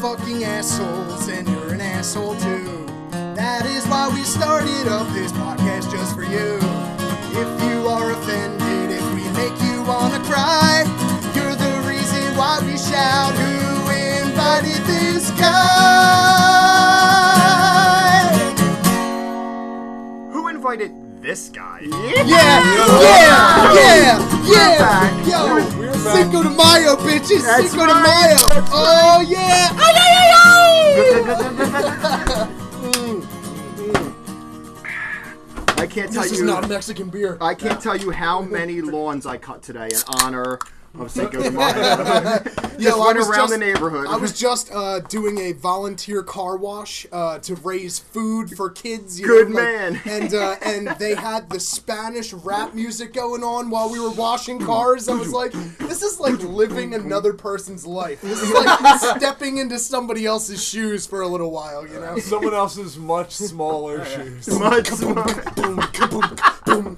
fucking assholes, and you're an asshole too. That is why we started up this podcast just for you. If you are offended, if we make you wanna cry, you're the reason why we shout. Who invited this guy? Who invited this guy? Yeah, yeah, yeah, yeah. back. Yo, We're back. Cinco de Mayo, bitches. That's Cinco de right, Mayo. that's Oh yeah. Ay, ay, ay, ay. I can't tell This is you. not Mexican beer. I can't tell you how many lawns I cut today in honor of Cinco de Mayo. just Yo, I went was around just- the neighborhood. I was just uh, doing a volunteer car wash uh, to raise food for kids. You Good know, like- man. and uh, and they had the Spanish rap music going on while we were washing cars. I was like, this is like living another person's life. This is like stepping into somebody else's shoes for a little while. You know? Someone else's much smaller shoes. much. more-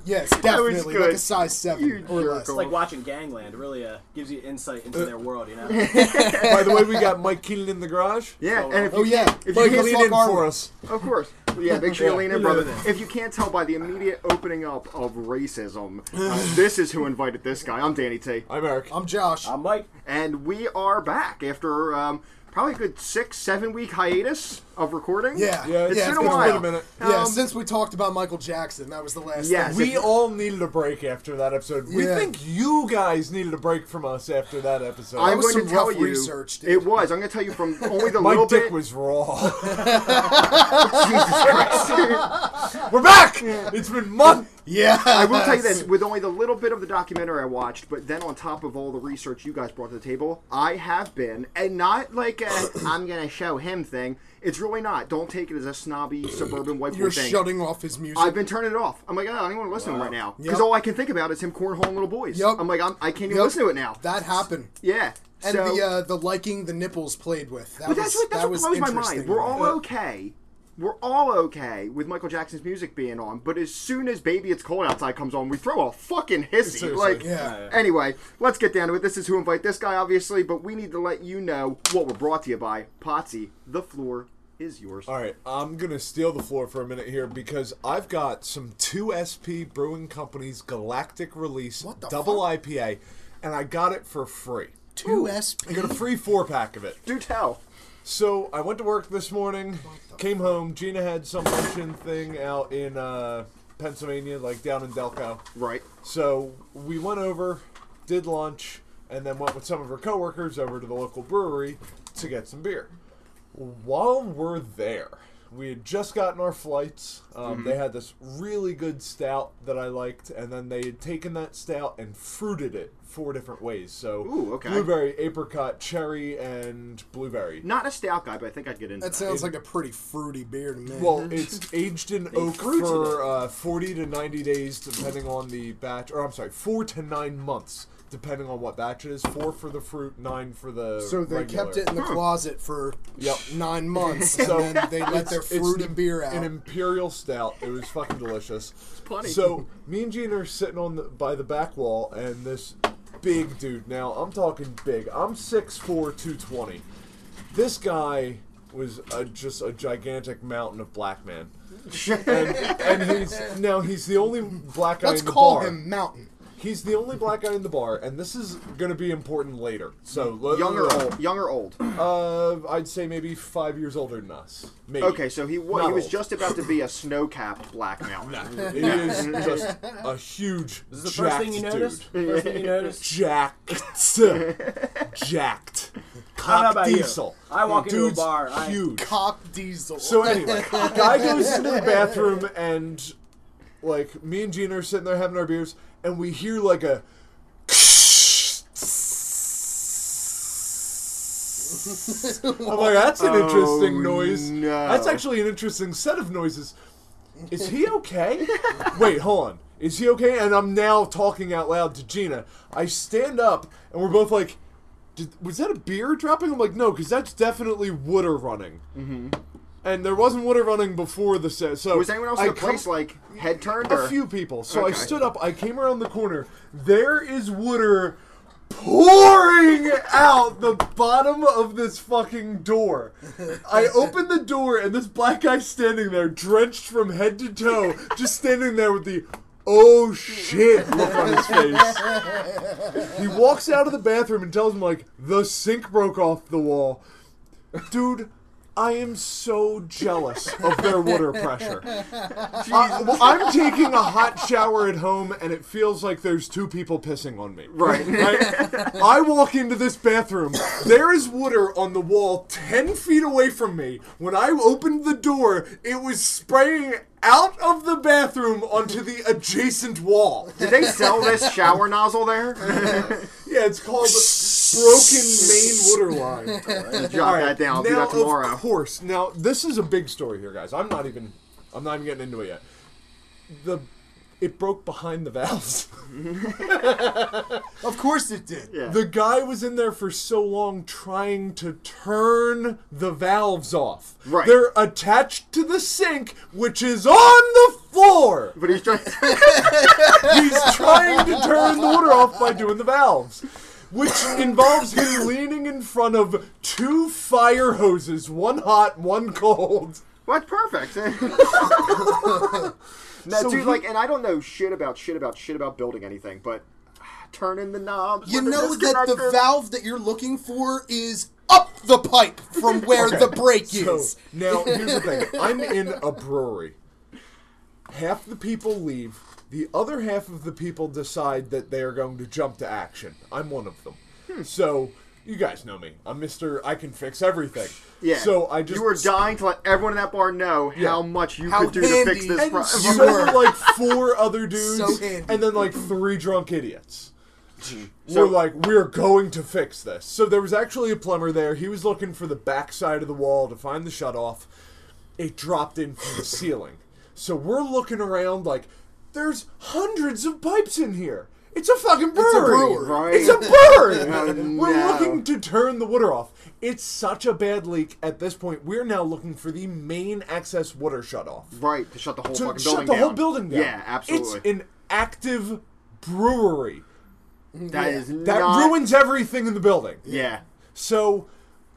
Yes, was definitely like good. a size seven You or less. jerk off. It's like watching Gangland. Really uh, gives you insight into their world, you know? By the way, we got Mike Keenan in the garage. Yeah, and if Oh you yeah, if Mike, you the lean fuck in are for we? us. Of course. Yeah, make sure you Yeah. lean in, brother. If you can't tell by the immediate opening up of racism, uh, this is who invited this guy. I'm Danny T. I'm Eric. I'm Josh. I'm Mike. And we are back after um, probably a good six, seven week hiatus of recording. Yeah. Yeah, It's yeah, it's been a been a while. minute. yeah, Um, since we talked about Michael Jackson, that was the last. Yes. thing. We all needed a break after that episode. We Yeah. think you guys needed a break from us after that episode. I'm was going to some tell rough you. research, dude. it was. I'm going to tell you from only the My little dick bit. was raw. We're back. It's been months. Yeah, I will tell you this: with only the little bit of the documentary I watched, but then on top of all the research you guys brought to the table, I have been, and not like a I'm gonna show him thing. It's really not. Don't take it as a snobby suburban white boy You're thing. shutting off his music. I've been turning it off. I'm like, oh, I don't even want to listen to him right now because Yep. all I can think about is him cornholing little boys. Yep. I'm like, I'm, I can't even Yep. listen to it now. that happened. yeah. And so, the uh, the liking the nipples played with. That was but that's what that's that what was blows my mind. interesting. We're all Uh, okay. We're all okay with Michael Jackson's music being on, but as soon as "Baby It's Cold Outside" comes on, we throw a fucking hissy. Seriously. Like, Yeah. anyway, let's get down to it. This is who invite this guy, obviously, but we need to let you know what we're brought to you by Potsy. The floor is yours. All right, I'm gonna steal the floor for a minute here because I've got some two SP Brewing Company's Galactic Release What the Double IPA, and I got it for free. two SP. I got a free four pack of it. Do tell. So I went to work this morning, came home. Gina had some luncheon thing out in uh, Pennsylvania, like down in Delco. Right. So we went over, did lunch, and then went with some of her coworkers over to the local brewery to get some beer. While we're there, we had just gotten our flights. Um, Mm-hmm. They had this really good stout that I liked, and then they had taken that stout and fruited it four different ways. So Ooh, okay. blueberry, apricot, cherry, and blueberry. Not a stout guy, but I think I'd get into That that. sounds like a pretty fruity beer to me. Well, it's aged in oak fruited for uh, 40 to 90 days, depending on the batch. Or I'm sorry, four to nine months, depending on what batch it is. Four for the fruit, nine for the. so they regular. kept it in the closet for Yep. nine months, So and then they let their It's- it's fruity an- beer An out. imperial stout. It was fucking delicious. plenty. So me and Gene are sitting on the, by the back wall, and this big dude. Now I'm talking big. I'm 6'4", 220. This guy was a, just a gigantic mountain of black man. and, and he's now he's the only black guy Let's in the call bar. him Mountain. He's the only black guy in the bar, and this is gonna be important later. So l- Young or old? Young or old? Uh, I'd say maybe five years older than us. Maybe. Okay, so he wa- Not he was old. just about to be a snow-capped black mountain. It is just a huge. This is the first thing you jacked noticed? dude. First thing you noticed? Jacked, jacked, I don't know cock about you. diesel. I walk into a Dude's bar, I- Huge. Cock Diesel. So anyway, guy goes into the bathroom and like me and Gina are sitting there having our beers, and we hear like a. I'm like, that's an interesting Oh, noise. no. That's actually an interesting set of noises. Is he okay? Wait, hold on. Is he okay? And I'm now talking out loud to Gina. I stand up, and we're both like, Did, "Was that a beer dropping?" I'm like, "No, because that's definitely water running." and there wasn't water running before the set. So Mm-hmm. Was anyone else in I the place come- like head turned? a or? few people? So I Okay. stood up. I came around the corner. There is water pouring out the bottom of this fucking door. I open the door and this black guy's standing there, drenched from head to toe, just standing there with the oh shit look on his face. He walks out of the bathroom and tells him like the sink broke off the wall. Dude, I am so jealous of their water pressure. I, well, I'm taking a hot shower at home, and it feels like there's two people pissing on me. Right. Right? I walk into this bathroom. There is water on the wall 10 feet away from me. When I opened the door, it was spraying out of the bathroom onto the adjacent wall. Did they sell this shower nozzle there? Yeah, it's called broken main water line. Jot All right, that down. I'll do now, that tomorrow. Of course. Now this is a big story here, guys. I'm not even I'm not even getting into it yet. The it broke behind the valves. Of course it did. Yeah. the guy was in there for so long trying to turn the valves off. Right. They're attached to the sink, which is on the floor. but he's trying. He's trying to turn the water off by doing the valves, which involves him leaning in front of two fire hoses, one hot, one cold. Well, that's perfect. now, So dude, who- like, and I don't know shit about shit about shit about building anything, but turning the knob. You know that the valve that you're looking for is up the pipe from where the break So is. now here's the thing: I'm in a brewery. Half the people leave. The other half of the people decide that they are going to jump to action. I'm one of them. Hmm. So you guys know me. I'm Mister. I can fix everything. Yeah. So I just you were dying to let everyone in that bar know Yeah. how much you How could do to fix handy. this and problem. so You were. were like four other dudes, So handy. and then like three drunk idiots. So- were like, we're going to fix this. So there was actually a plumber there. He was looking for the backside of the wall to find the shutoff. It dropped in from the ceiling. So we're looking around like, there's hundreds of pipes in here. It's a fucking brewery. brewery, right. It's a brewery. Oh, we're no. looking to turn the water off. It's such a bad leak at this point. We're now looking for the main access water shutoff Right to shut the whole to fucking shut building the down. whole building down. Yeah, absolutely. It's an active brewery that is that not- ruins everything in the building. Yeah. So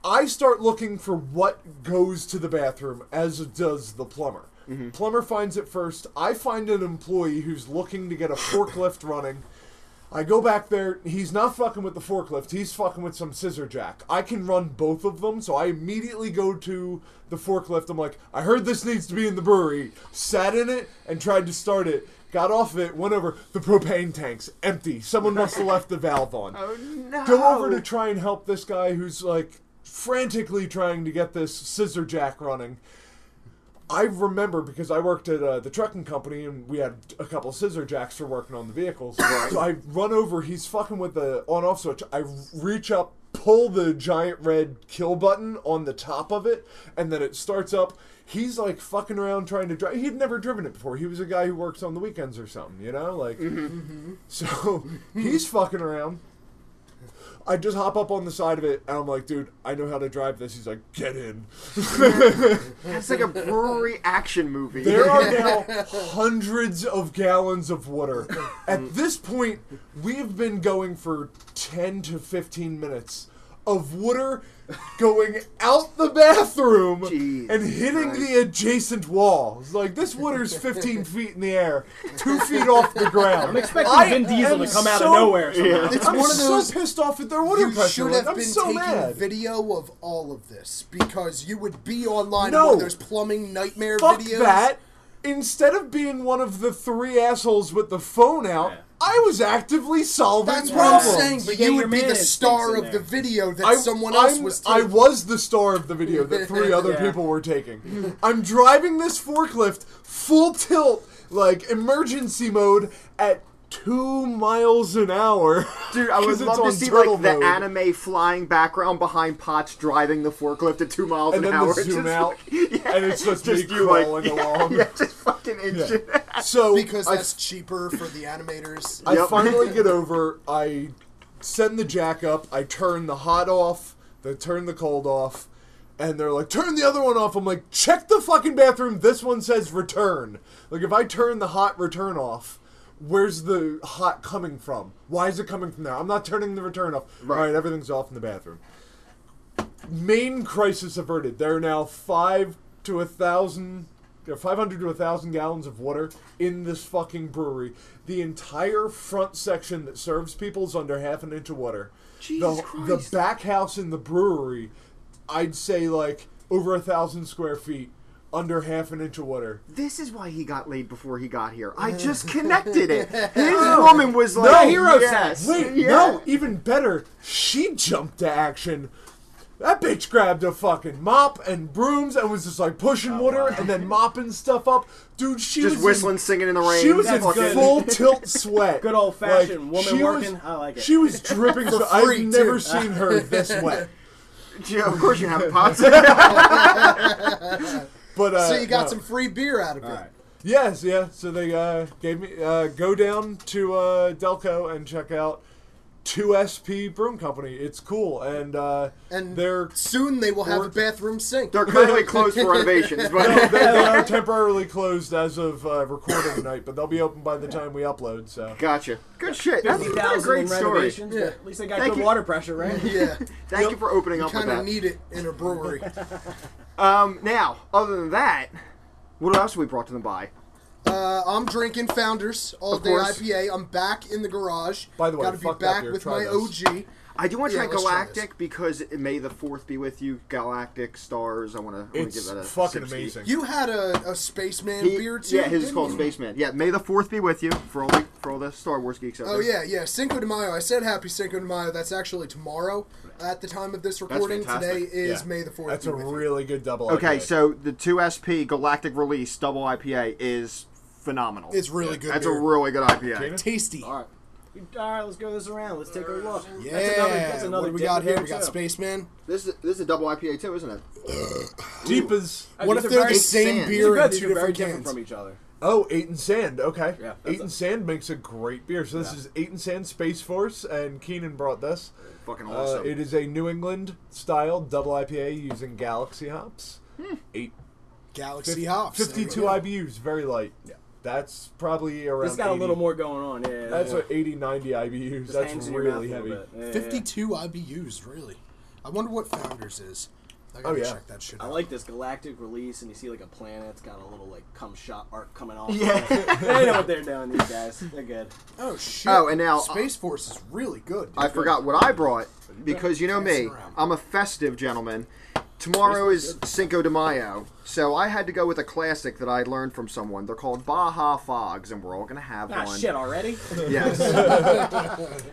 I start looking for what goes to the bathroom, as does the plumber. Plumber finds it first. I find an employee who's looking to get a forklift running. I go back there. He's not fucking with the forklift. He's fucking with some scissor jack. I can run both of them, so I immediately go to the forklift. I'm like, I heard this needs to be in the brewery. Sat in it and tried to start it. Got off of it, went over. The propane tank's empty. Someone must have left the valve on Oh no. go over to try and help this guy who's like frantically trying to get this scissor jack running. I remember because I worked at uh, the trucking company and we had a couple scissor jacks for working on the vehicles. so I run over, he's fucking with the on off switch. I reach up, pull the giant red kill button on the top of it, and then it starts up. He's like fucking around trying to drive. He'd never driven it before. He was a guy who works on the weekends or something, you know? Like, so he's fucking around. I just hop up on the side of it and I'm like, dude, I know how to drive this. He's like, get in. That's like a brewery action movie. There are now hundreds of gallons of water. Mm. At this point, we've been going for 10 to 15 minutes of water going out the bathroom Jeez and hitting the adjacent wall. It's like, this water's 15 feet in the air, two feet off the ground. I'm expecting I Vin Diesel to am come out so- of nowhere. Somehow. It's I'm one of those. so pissed off at their water You pressure. should like, have I'm been so taking mad. video of all of this because you would be online No. in one of those plumbing nightmare Fuck videos. that. Instead of being one of the three assholes with the phone out, Yeah. I was actively solving That's what I'm problems. saying. But Get you your would be man the instincts star in of the there. video that I- someone else I'm- was. I taking. was the star of the video that three other Yeah. people were taking. I'm driving this forklift full tilt, like emergency mode, at two miles an hour. Dude, I 'Cause would it's love to on see like turtle the mode. anime flying background behind Potts driving the forklift at two miles and an then hour. the zoom Just out, like- yeah, and it's just, just me you like crawling yeah, along. yeah, just fucking inching. So because I that's cheaper for the animators. I Yep. finally get over. I send the jack up. I turn the hot off. They turn the cold off. And they're like, turn the other one off. I'm like, check the fucking bathroom. This one says return. Like, if I turn the hot return off, where's the hot coming from? Why is it coming from there? I'm not turning the return off. Right. All right, everything's off in the bathroom. Main crisis averted. There are now five to a thousand, or 500 to a thousand gallons of water in this fucking brewery. The entire front section that serves people is under half an inch of water. Jesus the, Christ. the back house in the brewery, I'd say like over a thousand square feet, under half an inch of water. This is why he got laid before he got here. I just connected it. His woman was like, No, Oh, hero yes. yes. Wait, Yeah. no, even better. She jumped to action. That bitch grabbed a fucking mop and brooms and was just like Oh, pushing water and then mopping stuff up. Dude, she Just was whistling, in, singing in the rain. She was in That's good. full tilt sweat. Good old-fashioned woman she working. I like it. She was dripping. so I've free, never too. seen her this wet. Yeah, of course you have pots. But uh, So you got no. some free beer out of it. Yes, yeah. So they uh, gave me uh, go down to uh, Delco and check out 2SP Broom Company. It's cool, and uh, And they're Soon they will have Or- a bathroom sink. They're currently closed for renovations, no, but they are temporarily closed as of uh, recording night, but they'll be open by the time we upload. So gotcha. Good shit. That's what a 50,000 great in story. renovations, but Yeah. At least they got Thank good you. water pressure, right? Yeah, Thank you for opening up with kind of that. need it in a brewery. Um, now, other than that, what else we brought to them by? Uh, I'm drinking Founders all Of day course. IPA. I'm back in the garage. By the way, gotta be fuck that back beer. with my Try this. OG. I do want to Yeah, try let's try Galactic because it, may the fourth be with you. Galactic stars. I want to. it's give that a fucking sip seat. amazing. You had a, a spaceman He- beer too. yeah, his is didn't called you? Spaceman. Yeah, may the fourth be with you for all the for all the Star Wars geeks out Oh there. yeah, yeah. Cinco de Mayo. I said Happy Cinco de Mayo. That's actually tomorrow. At the time of this recording, today fantastic. is Yeah. May the fourth. That's a really good double. Okay, IPA. so the two SP Galactic release double IPA is phenomenal. It's really good. That's beer. a really good IPA. James? tasty. All right. All right, let's go this around. Let's take a look. Yeah. That's another, that's another what do we dip got here? beer, We got too. Spaceman. This is this is a double IPA too, isn't it? deep as What if these are they're very- the same sand. beer in These two are very different different cans? from each other. oh eight and sand. Okay, Yeah, that's eight a- and sand makes a great beer. So this Yeah. is eight and sand Space Force, and Keenan brought this. Fucking Uh, awesome. it is a New England style double IPA using Galaxy hops. Eight Galaxy Hmm. hops. There we 52 go. IBUs, very light. Yeah. That's probably around. It's got a 80. little more going on. Yeah. That's yeah. what 80, 90 IBUs. Just hangs That's in your mouth really a little heavy. bit. Yeah, yeah, yeah. 52 IBUs, really. I wonder what Founders is. I gotta Oh, yeah. check that shit I out. like this galactic release, and you see like a planet. It's got a little like cum shot art coming off. Yeah. they know what they're doing. These guys, they're good. oh, shit. Oh, and now- Space Force is really good. dude. I forgot what I brought because you know me, Passing around. I'm a festive gentleman. Tomorrow is Cinco de Mayo, so I had to go with a classic that I learned from someone. They're called Baja Fogs, and we're all gonna have Ah, one. shit already. Yes,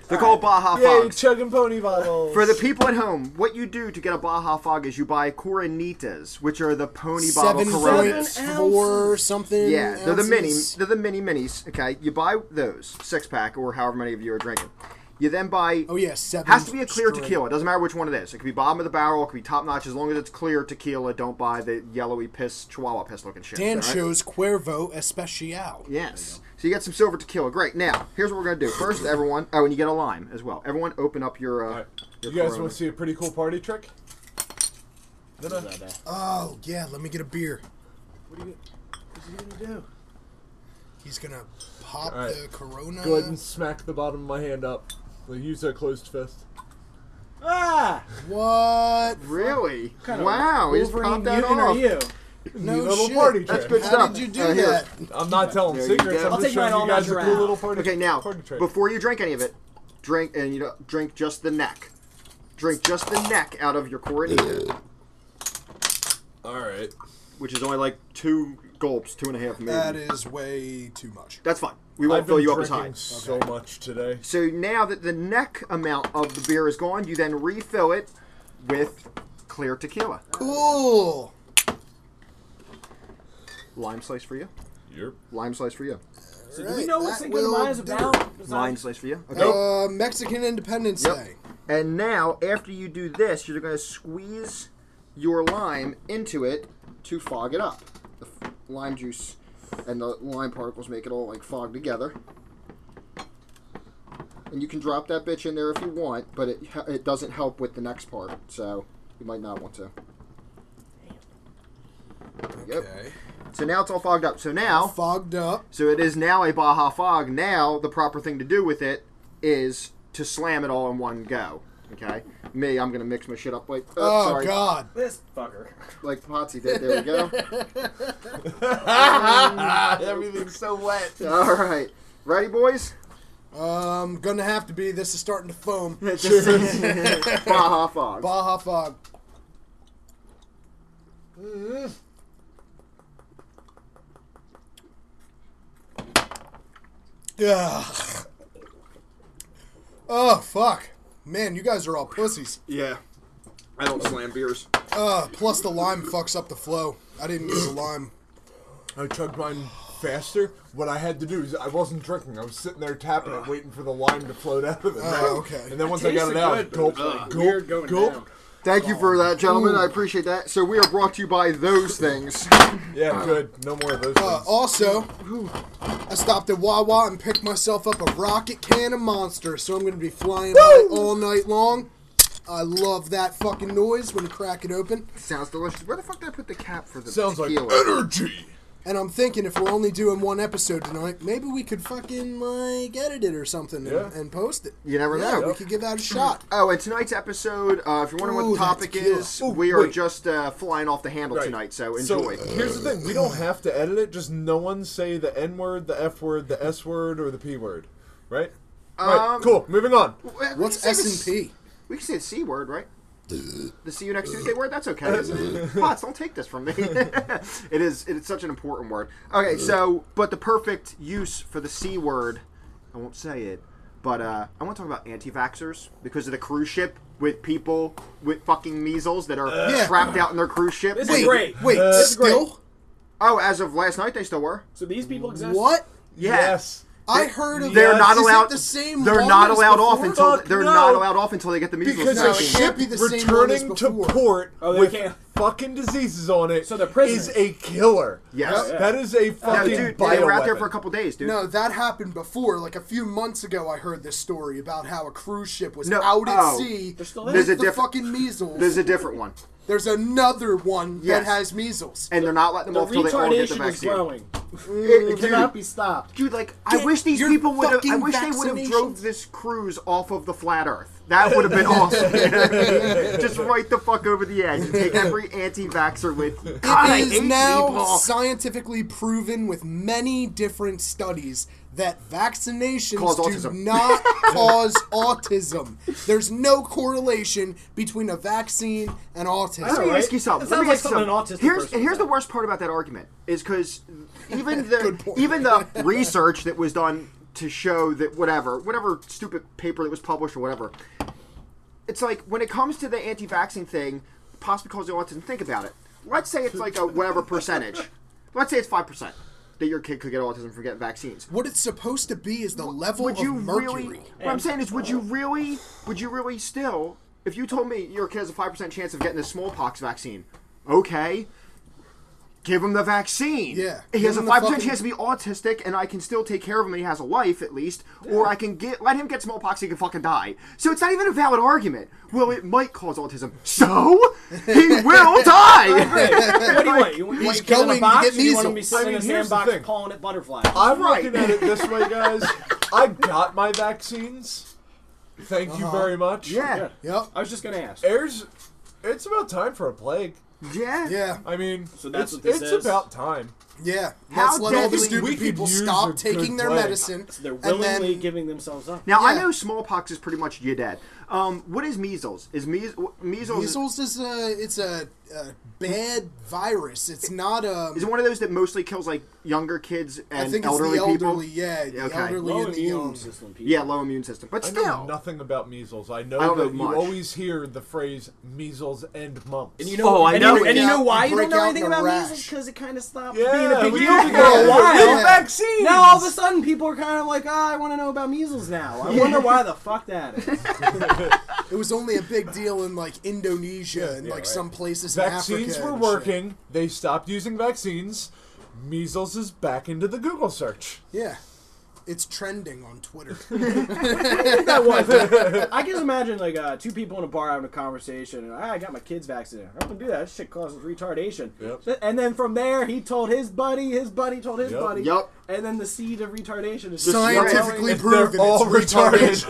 they're called Baja Yay, Fogs. chugging pony bottles. For the people at home, what you do to get a Baja Fog is you buy Coronitas, which are the pony bottle Coronas. Seven four something. Yeah, they're the mini, ounces. they're the mini minis. Okay, you buy those six pack or however many of you are drinking. You then buy Oh, yeah, seven. has to be a clear straight. tequila. It doesn't matter which one it is. It could be bottom of the barrel. It could be top notch. As long as it's clear tequila, don't buy the yellowy piss chihuahua piss looking shit. Dan all right? shows Cuervo Especial. Yes. So you get some silver tequila. Great. Now here's what we're gonna do. First, everyone. Oh, and you get a lime as well. Everyone, open up your. Uh, All right. your You guys Corona. want to see a pretty cool party trick? What is that, uh, Oh, yeah, let me get a beer. what are you? What's he gonna do? He's gonna pop All right. the Corona. Go ahead and smack the bottom of my hand up. We'll use a closed fist. Ah, What? Really? kind of wow. He just Wolverine popped that Newton off. are you? No little shit. party That's trick. good How stuff. did you do Uh, here. that? I'm not telling There you secrets. go. I'm I'll just take mine showing all you guys a cool natural. little party. Okay, now party trick. before you drink any of it, drink and you know, drink just the neck. Drink just the neck out of your Coronita, all right. which is only like two gulps, two and a half. Maybe. That is way too much. That's fine. We I've won't fill been you up as drinking high. so much today. So now that the neck amount of the beer is gone, you then refill it with clear tequila. Cool. Lime slice for you. Yep. Lime slice for you. So do Right, we know that what Cinco de will Mayo is do about? Besides- Lime slice for you. Okay. Uh, Mexican Independence Yep. Day. And now, after you do this, you're going to squeeze your lime into it to fog it up. The f- lime juice and the lime particles make it all like fog together. And you can drop that bitch in there if you want, but it it doesn't help with the next part, so you might not want to. Yep. Okay. So now it's all fogged up. So now, Fogged up. so it is now a Baja Fog. Now the proper thing to do with it is to slam it all in one go. Okay, me, I'm gonna mix my shit up like oh, Oh sorry, God. This fucker. like Potsy did. There we go. Everything's so wet. all right, ready, boys? Um, gonna have to be. This is starting to foam. Baja Fog. Baja Fog. Yeah. Oh fuck, man, you guys are all pussies. Yeah, I don't slam beers. Uh, plus the lime fucks up the flow. I didn't use the lime. I chugged mine faster. What I had to do is I wasn't drinking. I was sitting there tapping it, waiting for the lime to float out of the Oh, mouth. okay. And then once I got it Tasted out, good, but gulp, it was, like, gulp, weird going gulp. down. Thank you for that, gentlemen. I appreciate that. So we are brought to you by those things. Yeah, good. No more of those Uh, things. also, I stopped at Wawa and picked myself up a rocket can of Monster, so I'm gonna be flying high all night long. I love that fucking noise when you crack it open. Sounds delicious. Where the fuck did I put the cap for the Sounds like tequila? oh. energy. And I'm thinking if we're only doing one episode tonight, maybe we could fucking like edit it or something Yeah. and, and post it. You never Yeah, know. we could give that a shot. Oh, and tonight's episode, uh, if you're wondering Ooh, what the that topic tequila. is, Ooh, we are wait. just uh, flying off the handle Right. tonight, so enjoy. So uh, here's the thing: we don't have to edit it. Just no one say the N word, the F word, the S word, or the P word, right? right. Um, Cool. Moving on. Well, we What's can say the S and P? We can say the C word, right? The see you next Tuesday word? That's okay. isn't it? Pots, don't take this from me. it is it is such an important word. Okay, so but the perfect use for the C word, I won't say it, but uh, I want to talk about anti vaxxers because of the cruise ship with people with fucking measles that are Yeah. trapped out in their cruise ship. This is Wait, great. wait, Uh, That's still? Oh, as of last night they still were. So these people exist. What? Yeah. Yes. I heard of They're that. not Is it allowed. the same they're one not as allowed off before? until Fuck they're no. not allowed off until they get the measles. Because No, the it vaccine. can't ship be the same one as returning to before. port Oh, they with can't- fucking diseases on it is So they're prisoners. a killer. Yes. Yeah. That is a No, fucking dude, bioweapon. they were out there for a couple days, dude. No, that happened before. Like a few months ago, I heard this story about how a cruise ship was No, out at oh. sea. They're still with There's a the diff- fucking measles. There's a different one, There's another one Yes. that has measles. and they're not letting The them off till they all get the retardation is vaccine. growing. It- It dude, cannot be stopped. dude, like I Get wish these your people would have. I fucking wish they would have vaccinations. drove this cruise off of the flat Earth. That would have been awesome. Just right the fuck over the edge and take every anti-vaxxer with you. God, I It is hate now people. scientifically proven with many different studies that vaccinations Cause do autism. not cause autism. There's no correlation between a vaccine and autism. Let me right? ask you something. It Let sounds me like ask you something an autistic Here's person and would here's the say. worst part about that argument is because even the Good point. even the research that was done to show that whatever whatever stupid paper that was published or whatever, it's like when it comes to the anti-vaccine thing, possibly causing autism. Think about it. Let's say it's like a whatever percentage. Let's say it's five percent that your kid could get autism from getting vaccines What it's supposed to be is the level would you of mercury. really? What I'm saying is, would you really? Would you really still? If you told me your kid has a five percent chance of getting the smallpox vaccine, okay, give him the vaccine. Yeah, he give has a him the five percent fucking- chance to be autistic, and I can still take care of him, and he has a life at least, or I can get let him get smallpox, he can fucking die. So it's not even a valid argument. Well, it might cause autism, so he will die. what do you want? You want, you want He's your kid in going a to box get or you want him to be measles. I sitting mean, in a here's the sandbox thing. calling it butterflies? I'm Right. looking at it this way, guys. I got my vaccines. Thank you very much. Uh-huh. yeah, Yeah. Yep. I was just gonna ask. There's, it's about time for a plague. yeah, Yeah, I mean, So that's it's, what this it's is? about time. yeah. How Let's let all deadly- the We stupid could people use a stop good taking their way. medicine. So they're and willingly then- giving themselves up. Now I Yeah. know smallpox is pretty much you dead. Um, what is measles? Is meas- measles? measles is a it's a, a bad virus. It's not a. Is it one of those that mostly kills like younger kids I and think it's elderly, the elderly. people? Yeah, the Okay. elderly Low and the um, young. immune system people. Yeah, low immune system. But I know still, nothing about measles. I know I that don't know you much. always hear the phrase measles and mumps. And you know, Oh, I and know You, it and you now. know why You you don't break know out anything in a about rash. measles because it kind of stopped yeah, being a big we deal need for to get a real while. vaccines. Now all of a sudden, people are kind of like, "Ah, I want to know about measles now." I wonder why the fuck that is. It was only a big deal in like Indonesia and yeah, like right. some places. vaccines in Africa were and working. They stopped using vaccines. Measles is back into the Google search. shit. Yeah, It's trending on Twitter. that was. I can just imagine like uh, two people in a bar having a conversation, and "Ah, I got my kids vaccinated. I don't do that. That shit causes retardation. Yep. Th- And then from there, he told his buddy, his buddy told his Yep. buddy. Yep. And then the seed of retardation is just Scientifically If proven. they're all it's retarded.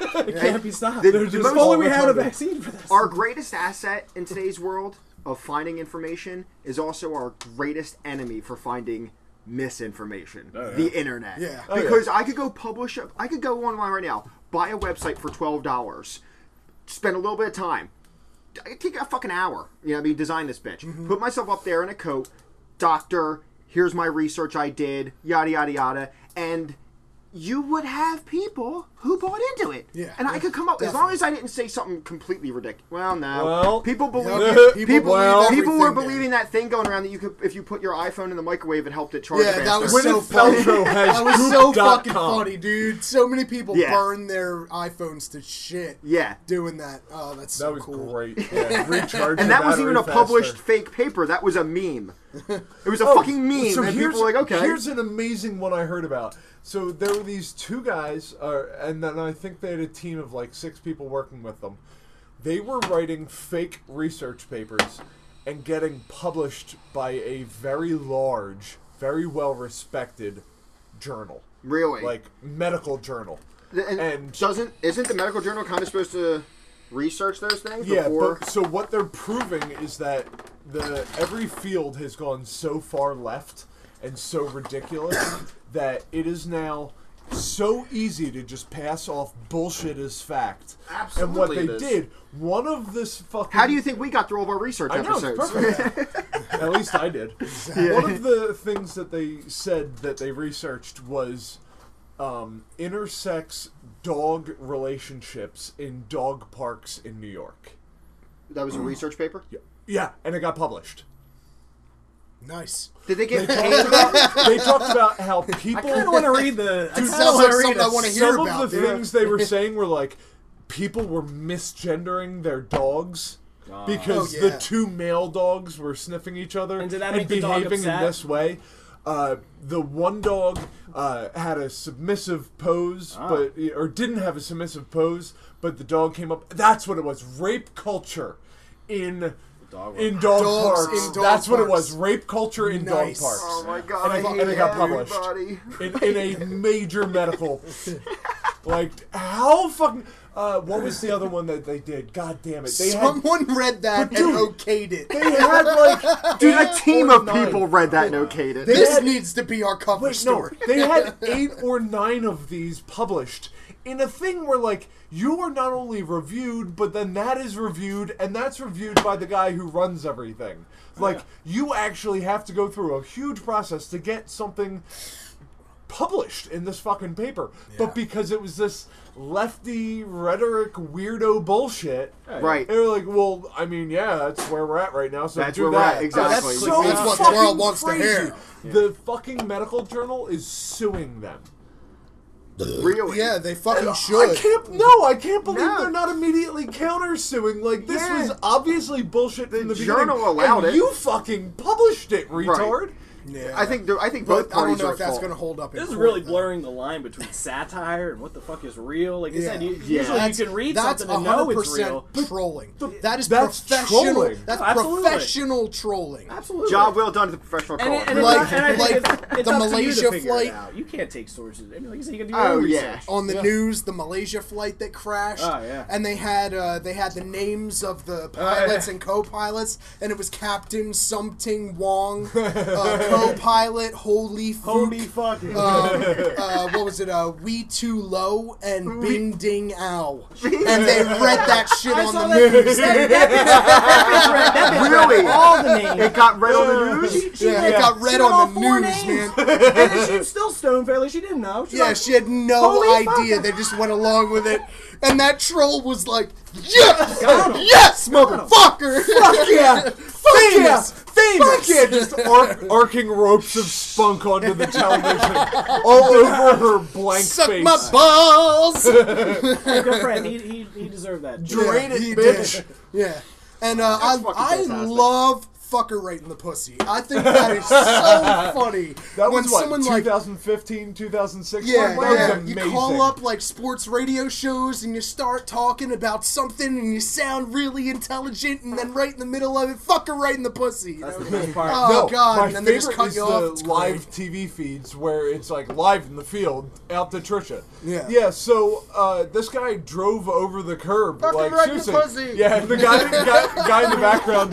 retarded. it can't be stopped. They're If just all only we had a retarded. vaccine for this. our greatest asset in today's world of finding information is also our greatest enemy for finding misinformation Oh, yeah. the internet Yeah. Oh, yeah. because i could go publish a, i could go online right now buy a website for $12 spend a little bit of time I take a fucking hour you know what i mean design this bitch Mm-hmm. put myself up there in a coat doctor here's my research i did yada yada yada and you would have people who bought into it Yeah. and i could come up as long as I didn't say something completely ridiculous. Well, no. Well, people believe yeah, it. people believe people well, people were everything now. believing that thing going around that you could if you put your iPhone in the microwave it helped it charge Yeah, that faster. was Gwyneth so funny. Paltrow has that was so Goop.com. fucking funny, dude. So many people Yeah. burn their iPhones to shit. Yeah. doing that. Oh, that's so That was cool. great. Yeah, recharge and the that was even battery a published faster. fake paper. That was a meme. It was a fucking meme. Oh, So and here's, people were like, okay. here's an amazing one I heard about. So there were these two guys, uh, and then I think they had a team of like six people working with them. They were writing fake research papers and getting published by a very large, very well respected journal. Really? Like medical journal. and, and- doesn't isn't the medical journal kind of supposed to research those things Yeah, before but so what they're proving is that the every field has gone so far left and so ridiculous that it is now so easy to just pass off bullshit as fact. And what Absolutely they it is. did, one of this fucking how do you think we got through all of our research I know, it's episodes? perfect. At least I did. One of the things that they said that they researched was um, intersex dog relationships in dog parks in New York. that was a research paper. Yeah, and it got published. Nice. Did they get They paid? talked about- they talked about how I people. kind of want to read the. I Dude, kinda sounds wanna like read something it. I want to hear some about. of the dude. things they were saying were like people were misgendering their dogs. Ah. Because Oh, yeah. the two male dogs were sniffing each other And did that make the dog behaving in upset? this way. Uh, the one dog uh, had a submissive pose, Ah. but or didn't have a submissive pose, but the dog came up. That's what it was. Rape culture in Dog in dog Dogs parks. in dog that's what it parks. was. Rape culture in Nice. dog parks Oh my god! And it- I and hate it got everybody. published. in, in a major medical. Like how fucking? Uh, what was the other one that they did? God damn it! They had Someone read that But and dude- okayed it. they had like Dude, eight a team or of nine- people read that and okayed it. this had- needs to be our cover Wait, no, story. they had eight or nine of these published in a thing where like you are not only reviewed, but then that is reviewed, and that's reviewed by the guy who runs everything. Like you actually have to go through a huge process to get something published in this fucking paper. But because it was this lefty rhetoric weirdo bullshit. Right. They were like, well, I mean, yeah, that's where we're at right now. So That's do where we're that. at, exactly. That's, Like, so that's what the fucking world wants to crazy. hear. The fucking medical journal is suing them. Really? Yeah, they fucking I should. can't. No, I can't believe No. they're not immediately countersuing. Like this Yeah. was obviously bullshit from the journal beginning, allowed it. and You fucking published it, retard. Yeah. I think there- I think both But I parties don't know if are at that's fault. going to hold up. in This is court, really though. blurring the line between satire and what the fuck is real. Like I said, Yeah. you, Yeah. usually That's- you can read that's something and know it's 100% real. Trolling. That is that's professional. trolling. That's Absolutely. professional trolling. Absolutely. Job well done to the professional And, it, caller. and it's Like- not- and I think like it's, it's the up to you to Malaysia figure it flight. out. You can't take sources. I mean, like you said, you can do your Oh own yeah. research. On the news, the Malaysia flight that crashed, Oh, yeah. Ah, and they had uh, they had the names of the pilots and co-pilots, and it was Captain Something Wong, uh, co-pilot Holy Fook, Holy fuck! um, uh, what was it? Uh, we too low and Bing Ding Ow, and they read that shit I on saw the news. that- Really? all the names. It got read on the news. She Yeah, read- it got read she read all on the four news, names. man. and then she was still stone fairly. She didn't know. She Yeah, like, she had no Holy fuck. idea. They just went along with it, and that troll was like, "Yes, Got 'em. yes, motherfucker, Fuck yeah! Fuck yeah! Famous. Famous! Fuck yeah! Just arc, arcing ropes of spunk onto the television, all over her blank suck face. my balls." good friend. He, he, he deserved that. Drain Yeah, he it, bitch. did. Yeah, and uh, I fucking I fantastic. love fucker right in the pussy. I think that is so funny. That was when what, someone like 2015, 2016? yeah, That was yeah. amazing. You call up like sports radio shows and you start talking about something and you sound really intelligent and then right in the middle of it, fucker right in the pussy. you That's know? the best part. Oh god, my and then they just favorite cut is you the off. It's live TV feeds where it's like live in the field out to Trisha. Yeah. Yeah. So uh, this guy drove over the curb. Fucking like, right in the seriously. pussy. Yeah. And the guy, the guy, the guy in the background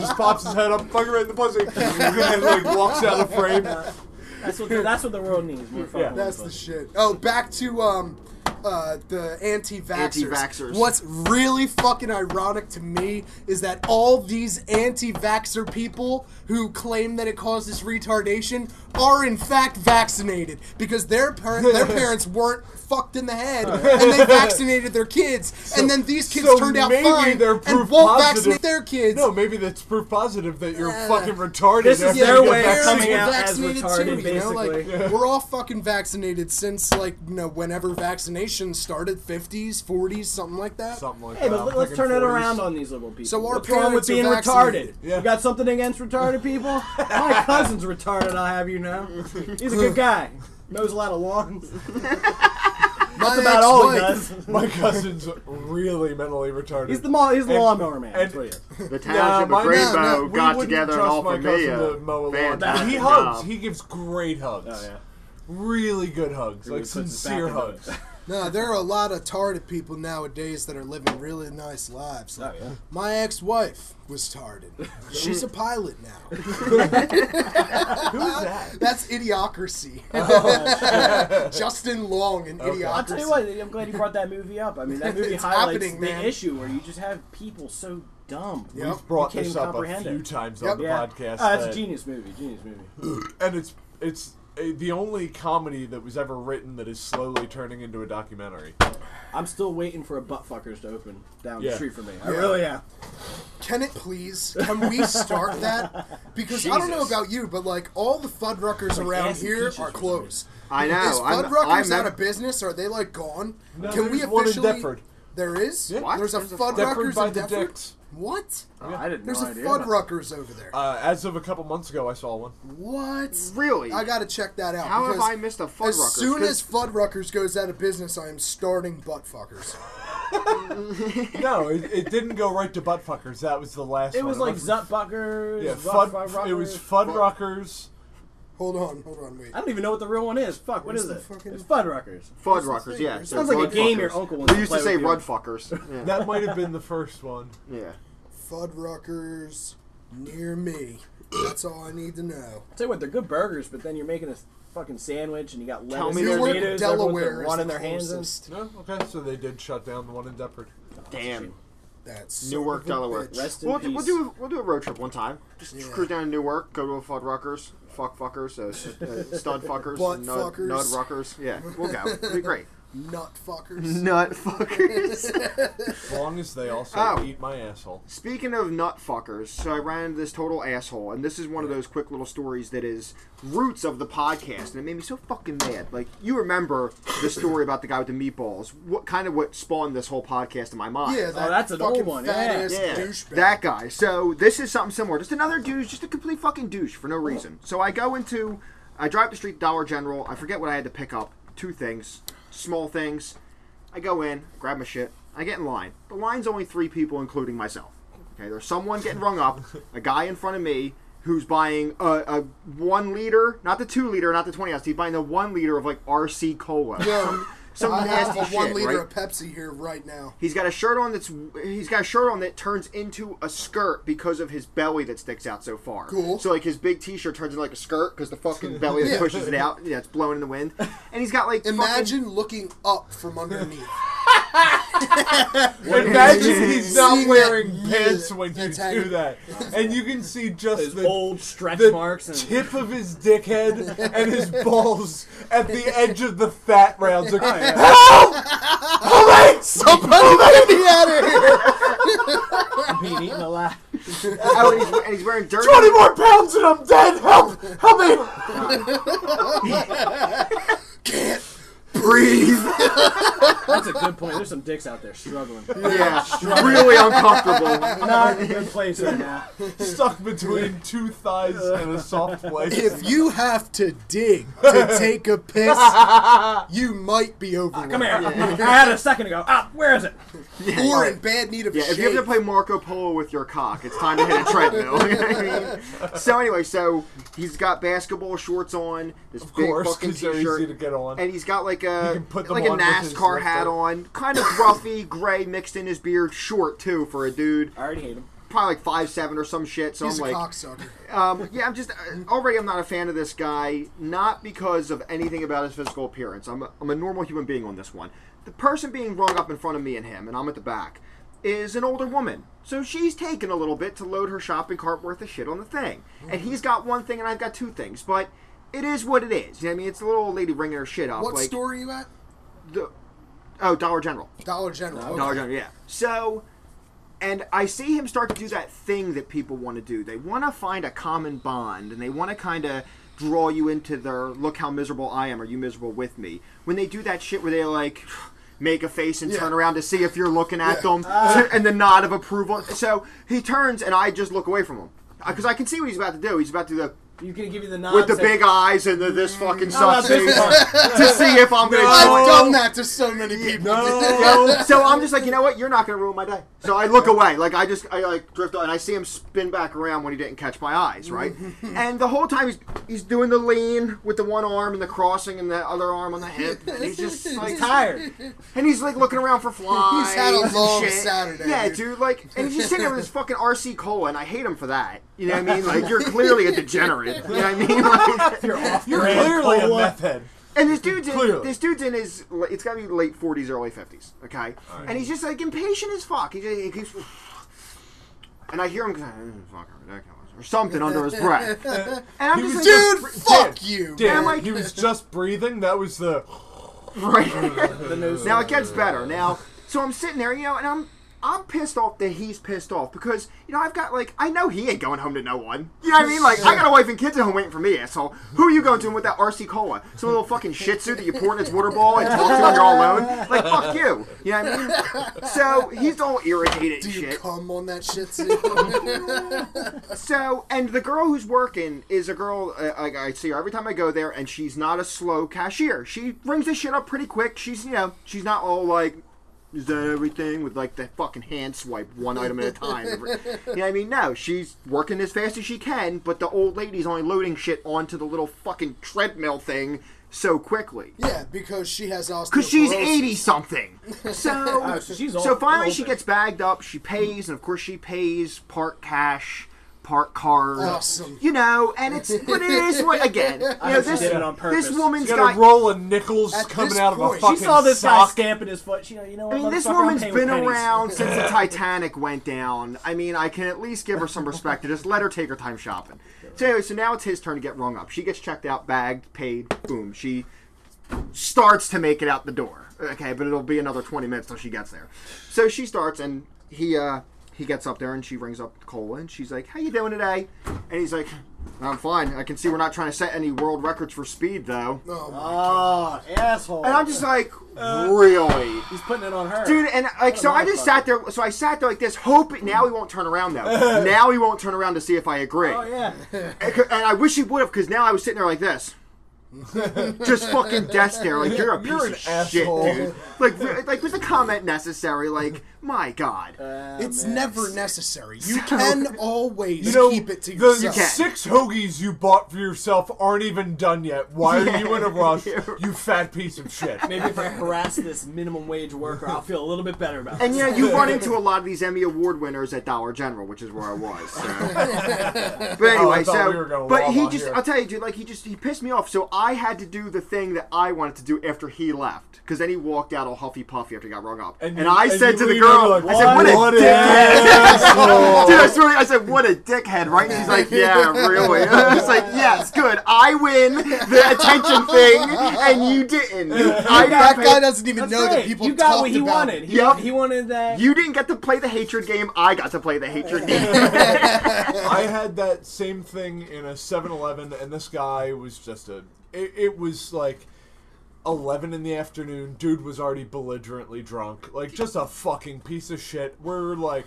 just pops his head up, fucking right in the pussy, and then like walks out of frame. That's what the, that's what the world needs. More fucking Yeah. That's the pussy. shit. Oh, back to um, uh, the anti-vaxxers. Anti-vaxxers. What's really fucking ironic to me is that all these anti-vaxxer people who claim that it causes retardation are in fact vaccinated because their par- their parents weren't fucked in the head and they vaccinated their kids and then these kids so turned out maybe fine they're and proof won't positive. vaccinate their kids. No, maybe that's proof positive that you're Uh, fucking retarded. this is after Yeah, their you get way of parents vaccinated. coming were out as vaccinated retarded, too, you know? Like, basically. We're all fucking vaccinated since like you know whenever vaccinations started, fifties, forties, something like that. Something like Hey, that. but I'm let- let's thinking turn it 40s. around on these liberal people. So our What's wrong with parents are being retarded? vaccinated. Yeah. You got something against retarded people? My cousin's retarded. I'll have you know. He's a good guy. Knows a lot of lawns. My That's about all he ex-wife- does. My cousin's really mentally retarded. He's the mall. He's the And- lawnmower man. and- That's what he is. The township Nah, of my- Rainbow nah, nah, we got wouldn't together and trust all my for me. cousin to mow a lawn. Fantastic He job. hugs. He gives great hugs. Oh, yeah. Really good hugs. Really like puts his back sincere into hugs. it. No, there are a lot of retarded people nowadays that are living really nice lives. Like, Oh, yeah. Oh, My ex-wife was retarded. She's a pilot now. Who is that? That's idiocracy. Justin Long in Okay. idiocracy. I'll tell you what. I'm glad you brought that movie up. I mean, that movie It's highlights happening, the man. issue where you just have people so dumb. Yep. We've brought You can't this even up a comprehend few it. times Yep. on the Yeah. podcast. Ah, it's a that- genius movie. Genius movie. And it's it's uh, the only comedy that was ever written that is slowly turning into a documentary. I'm still waiting for a butt fuckers to open down the Yeah. street from me. I Yeah. really am. Can it please? Can we start that? Because I don't know Jesus. about you, but like all the Fuddruckers around acid here peaches are or closed. I know. Is I'm- Fuddruckers I'm- out of business? Are they like gone? No, Can we there's one in officially? Deptford. There is. Yeah. What? There's a There's a Fuddruckers Deptford by in the Deptford? Dicks. What? I didn't. There's no a idea about that. Fuddruckers over there. Uh, as of a couple months ago, I saw one. what? Really? I gotta check that out. How have because I missed a Fuddruckers? As soon 'Cause as Fuddruckers goes out of business, I am starting Buttfuckers. No, it, it didn't go right to butt fuckers. That was the last. It one. was like It wasn't- Zutbuckers. Yeah, Ruff- Fud, Ruff- it was Ruffers. Fuddruckers. Hold on, hold on, wait. I don't even know what the real one is. Fuck, what What's is the it? fucking- It's Fuddruckers. Fuddruckers, yeah. they're Sounds like a Fuddruckers. game your uncle wants We to used to play say with you. Rudfuckers. Yeah. That might have been the first one. yeah. Fuddruckers near me. That's all I need to know. I'll tell you what, they're good burgers, but then you're making a fucking sandwich and you got Tell lettuce me and the word tomatoes. Delaware Delaware is one in the their hands. And closest. No, okay, so they did shut down the one in Deptford. Damn. That's son Newark, of a Delaware. bitch. Rest in We'll, peace. we'll do a, we'll do a road trip one time. Just Yeah. cruise down to Newark, go to a Fuddruckers, fuck fuckers, uh, uh, stud fuckers, Butt nud, fuckers. nud ruckers. Yeah, we'll go. It'll be great. Nut fuckers. Nut fuckers. As long as they also Oh. eat my asshole. Speaking of nut fuckers, so I ran into this total asshole, and this is one of those quick little stories that is roots of the podcast, and it made me so fucking mad. Like you remember the story about the guy with the meatballs? What kind of what spawned this whole podcast in my mind? Yeah, that Oh, that's an old fucking one, Fat yeah. ass Yeah, douchebag. that guy. So this is something similar. Just another douche, just a complete fucking douche for no reason. So I go into, I drive up the street to Dollar General. I forget what I had to pick up. Two things, small things. I go in, grab my shit. I get in line. The line's only three people, including myself. Okay, there's someone getting rung up. A guy in front of me who's buying a, a one liter, not the two liter, not the twenty ounce. He's buying the one liter of like RC cola. Yo, Some I have nasty a shit, one liter right? of Pepsi here right now. He's got a shirt on that's he's got a shirt on that turns into a skirt because of his belly that sticks out so far. Cool. So like his big T-shirt turns into like a skirt because the fucking belly that Yeah. pushes it out, yeah, it's blowing in the wind. And he's got like fucking- Imagine looking up from underneath. Imagine he's See not that wearing meat pants when you that's do hanging- that. And you can see just Those the, old stretch marks the and tip of his dickhead and his balls at the edge of the fat rounds. Like, Help! Oh, wait! Somebody let me out of here! being eaten alive. oh, and, he's, and he's wearing dirty. 20 more pounds and I'm dead! Help! Help me! Can't breathe. That's a good point. There's some dicks out there struggling. yeah, really uncomfortable. Not in a good place right now. Stuck between two thighs and a soft place. If you have to dig to take a piss, you might be overweight. Ah, Come here. I had it a second ago. Ah, where is it? Or in bad need of Yeah, if you have to shade. play Marco Polo with your cock, it's time to hit a treadmill. You know what I mean? so anyway, so he's got basketball shorts on, this of big course, fucking because they're easy to t-shirt, get on. and he's got like a can put them like a on with his NASCAR lift hat up. on, kind of roughy, gray, mixed in his beard, short too for a dude, I already hate him. probably like five seven or some shit. So He's I'm a like, cocksucker. um, yeah, I'm just uh, already I'm not a fan of this guy, not because of anything about his physical appearance. I'm a, I'm a normal human being on this one. The person being rung up in front of me and him, and I'm at the back, is an older woman. So she's taken a little bit to load her shopping cart worth of shit on the thing, and he's got one thing and I've got two things, but. It is what it is. You know what I mean, it's the little old lady ringing her shit up. What like, store are you at? The, oh, Dollar General. Dollar General. okay. Dollar General, yeah. So, and I see him start to do that thing that people want to do. They want to find a common bond, and they want to kind of draw you into their look how miserable I am. Are you miserable with me? When they do that shit where they like make a face and Yeah. turn around to see if you're looking at Yeah. Ah. them, and the nod of approval. So he turns, and I just look away from him because I can see what he's about to do. He's about to do the. You can give you the nod. With the say, big eyes and the this fucking How about sucks this one? to see if I'm gonna No. join. I've done that to so many people. no. So I'm just like, you know what? You're not gonna ruin my day. So I look away, like I just I like drift on, and I see him spin back around when he didn't catch my eyes, right? and the whole time he's he's doing the lean with the one arm and the crossing and the other arm on the hip, and he's just like Tired. and he's like looking around for flies. He's had a and long shit. Saturday, Yeah, dude. dude. Like, and he's just sitting there with his fucking RC Cola, and I hate him for that. You know what I mean? Like, you're clearly a degenerate. You know what I mean? Like, You're off. You're brand. clearly a Cola. meth head. and this dude's in, Clearly. this dude's in his it's got to be late forties, early fifties, okay? And he's just like impatient as fuck. He, just, he keeps, and I hear him "Mm, fucking ridiculous or something under his breath. And I'm He just was like, Dude, Dan, fuck you. Dan, I'm like- he was just breathing. That was the. right The nose- now it gets better now. So I'm sitting there, you know, and I'm I'm pissed off that he's pissed off because you know I've got like I know he ain't going home to no one. You know what I mean? Like I got a wife and kids at home waiting for me, asshole. Who are you going to with that RC cola? Some little fucking Shih Tzu that you pour in its water ball and talk to when you're all alone? Like fuck you. You know what I mean? So he's all irritated Do and you shit. cum on that shit? Sid? So, and the girl who's working is a girl. Uh, I, I see her every time I go there, and she's not a slow cashier. She brings this shit up pretty quick. She's you know, she's not all like, "Is that everything?" with like the fucking hand swipe, one item at a time. you know what I mean? No, she's working as fast as she can, but the old lady's only loading shit onto the little fucking treadmill thing so quickly. yeah, because she has osteoporosis. Because she's 80 something. So, Oh, so she's old- so finally old she then. gets bagged up. She pays, and of course she pays part cash, part card. Awesome. You know, and it's but it is what again. You know, bet she this did it on purpose. this You woman's got got. a roll of nickels At coming this out of a point- She She fucking saw this guy sock. stamping his foot. She, you know what? I mean, this motherfucker, I'm woman's paying been with pennies. around since the Titanic went down. I mean, I can at least give her some respect. Just let her take her time shopping. So anyway, so now it's his turn to get rung up. She gets checked out, bagged, paid. Boom. She starts to make it out the door. Okay, but it'll be another 20 minutes till she gets there. So she starts, and he uh, he gets up there, and she rings up Cola, and she's like, "How you doing today?" And he's like, "I'm fine. I can see we're not trying to set any world records for speed, though." Oh, my. Oh, asshole. And I'm just like, "Really?" He's putting it on her. Dude, and like, so I motherfucker. just sat there. So I sat there like this, hoping now he won't turn around though. now he won't turn around to see if I agree. Oh, yeah. And, and I wish he would have, because now I was sitting there like this, just fucking desk there, like you're a piece You're an of asshole. shit, dude. Like, re- like was the comment necessary? Like, my god. Ah, it's man. never necessary. You can always You know, keep it to the yourself. can. six hoagies you bought for yourself aren't even done yet. Why are you in a rush, you fat piece of shit? Maybe if I harass this minimum wage worker, I'll feel a little bit better about and this. you know, you run into a lot of these Emmy award winners at Dollar General, which is where I was. So. but anyway, Oh, I thought so we were going but he Wawa just, here. I'll tell you, dude, like he just he pissed me off. So I had to do the thing that I wanted to do after he left, because then he walked out all huffy puffy after he got rung up. And, you- I and said you to the lean girl, over I like, said, "What "What, an a dickhead!" dude, I swear, to you, I said, "What a dickhead!" Right? And she's like, "Yeah, really." I was like, "Yes, good. I win the attention thing, and you didn't. I got that paid- guy doesn't even That's know that great. people You got what talked he about wanted. it. He, Yup. he wanted that. You didn't get to play the hatred game. I got to play the hatred game. I had that same thing in a 7-Eleven, and this guy was just a. It, it was like 11 in the afternoon. Dude was already belligerently drunk. Like, just a fucking piece of shit. We're like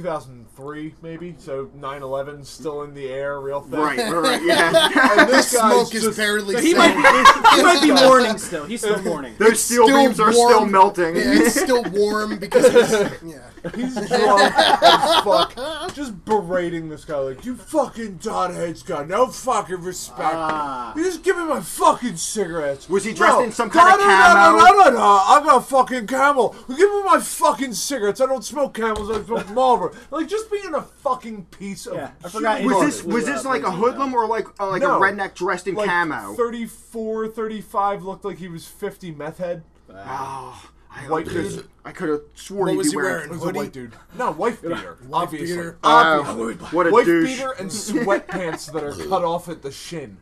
2003, maybe. So 9 11 still in the air, real thing. Right, right, right, yeah. And The this guy's smoke is just- barely. So he might settled. be he might be mourning still. He's still mourning. Those steel Still beams are still warm. melting. Yeah, it's still warm because it's, yeah. He's drunk as fuck, just berating this guy like, "You fucking dothead's got no fucking respect. Ah. You just give me my fucking cigarettes." Was he dressed No. in some kind of No, no, camo? No, no, no, no, no! I'm not a fucking camel. Give me my fucking cigarettes. I don't smoke camels. I smoke Marlboro. Like just being a fucking piece of. Yeah, I shit. forgot he Was Warm. this was this like a Warm. hoodlum or like uh, like No. a redneck dressed in like camo? 34, 35 looked like he was 50 meth head. Oh, I, White could've- dude. I could have sworn What he'd was be he wearing. It wearing? was Hoodie? a white dude. No, wife beater. obviously. beater. Obviously. Oh, what a wife douche! beater and sweatpants that are cut off at the shin.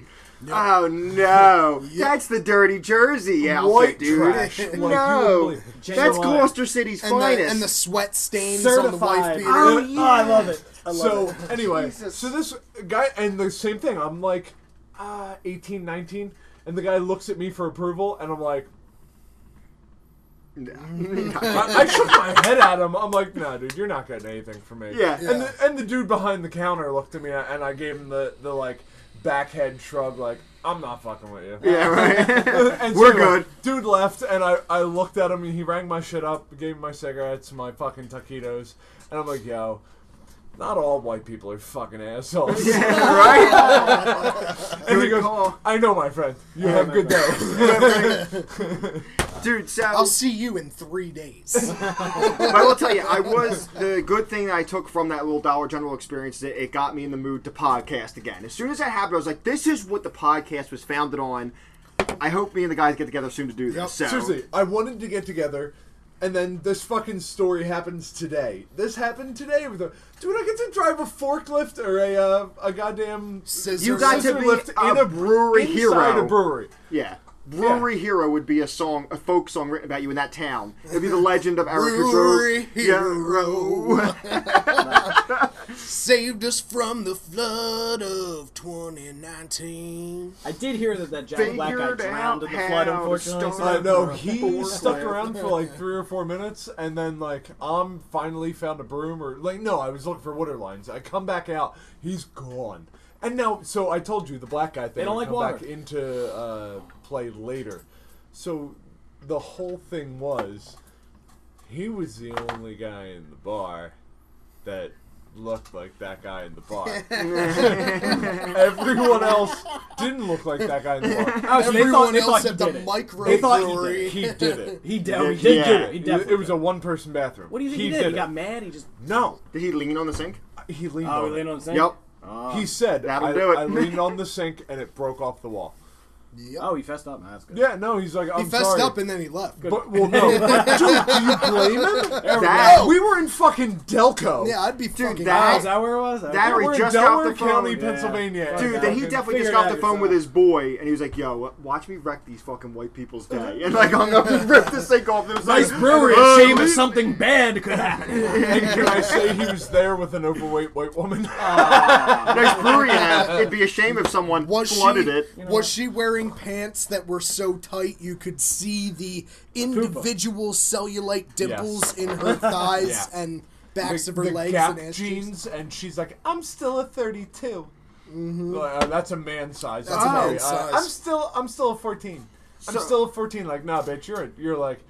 Oh no, that's the dirty Jersey outfit, White dude. trash, like, you no, wouldn't believe. that's Genuine. Gloucester City's And the, finest. and the sweat stains on the wife Certified. beater. Oh, Oh, yeah. I love it. I love So it. anyway, Jesus. so this guy and the same thing. I'm like, uh, 18, 19, and the guy looks at me for approval, and I'm like, I, I shook my head at him. I'm like, nah, dude, you're not getting anything from me. Yeah. And Yeah. the, and the dude behind the counter looked at me, and I gave him the the like backhead shrug, like I'm not fucking with you. yeah, right. and We're anyway, good. Dude left, and I, I looked at him, and he rang my shit up, gave me my cigarettes, my fucking taquitos, and I'm like, yo, not all white people are fucking assholes. right? and he Good goes, call. I know, my friend. You have a good day. Dude, so I'll see you in three days. but I will tell you, I was the good thing that I took from that little Dollar General experience is that it got me in the mood to podcast again. As soon as that happened, I was like, this is what the podcast was founded on. I hope me and the guys get together soon to do this. Yep. So. Seriously, I wanted to get together, and then this fucking story happens today. This happened today with a dude. I get to drive a forklift or a uh, a goddamn Scissor You got lift. to scissor be lift a in a brewery inside hero. a a brewery. Yeah. Brewery Hero would be a song, a folk song written about you in that town. It'd be the legend of Eric Gaudreau. Brewery Yeah. hero saved us from the flood of 2019. I did hear that that giant black guy Figured drowned in the out flood. how to Unfortunately, so start I know Or he four stuck players. around for like three or four minutes, and then like um, finally found a broom or like no, I was looking for water lines. I come back out, he's gone. And now, so I told you the black guy thing don't would like come back water. into uh, play later. So the whole thing was, he was the only guy in the bar that looked like that guy in the bar. Everyone else didn't look like that guy in the bar. Oh, so they thought, Everyone they else thought he at the did it. micro They thought brewery. he did it. He did. He Yeah. did get it. He It- definitely. it was a one-person bathroom. What do you think he, did? He got mad. He just. no. Did he lean on the sink? He leaned Oh, on. we leaned it. on the sink. Yep. He said, That'll I, do it. I leaned on the sink and it broke off the wall." Yep. Oh, he fessed up. Nah, That's good. Yeah, no, he's like, "I'm he fessed sorry." up and then he left. but well, no, dude, do you blame him? That- we were in fucking Delco. yeah, I'd be fucking that- Oh, is that where it was? Okay. That we or were just in got off Delaware the phone. County, Yeah. Pennsylvania. Fuck Dude, out. then he Figure definitely just it got out off the phone yourself. with his boy, and he was like, "Yo, watch me wreck these fucking white people's day," and like hung up and ripped the sink off. It was nice like, brewery. "Uh, A shame if leave- something bad could happen. and can I say he was there with an overweight white woman? Nice brewery. Have. It'd be a shame if someone was she flooded it. what? was she wearing pants that were so tight you could see the individual cellulite dimples in her thighs Yeah. and backs the, of her the legs Gap and ass cheeks? jeans, and she's like, "I'm still a 32." Like, uh, that's a man size. Mm-hmm. That's a I'm man sorry, I- size. I'm still, I'm still a 14. I'm still a 14. Like, nah, bitch, you're a, you're like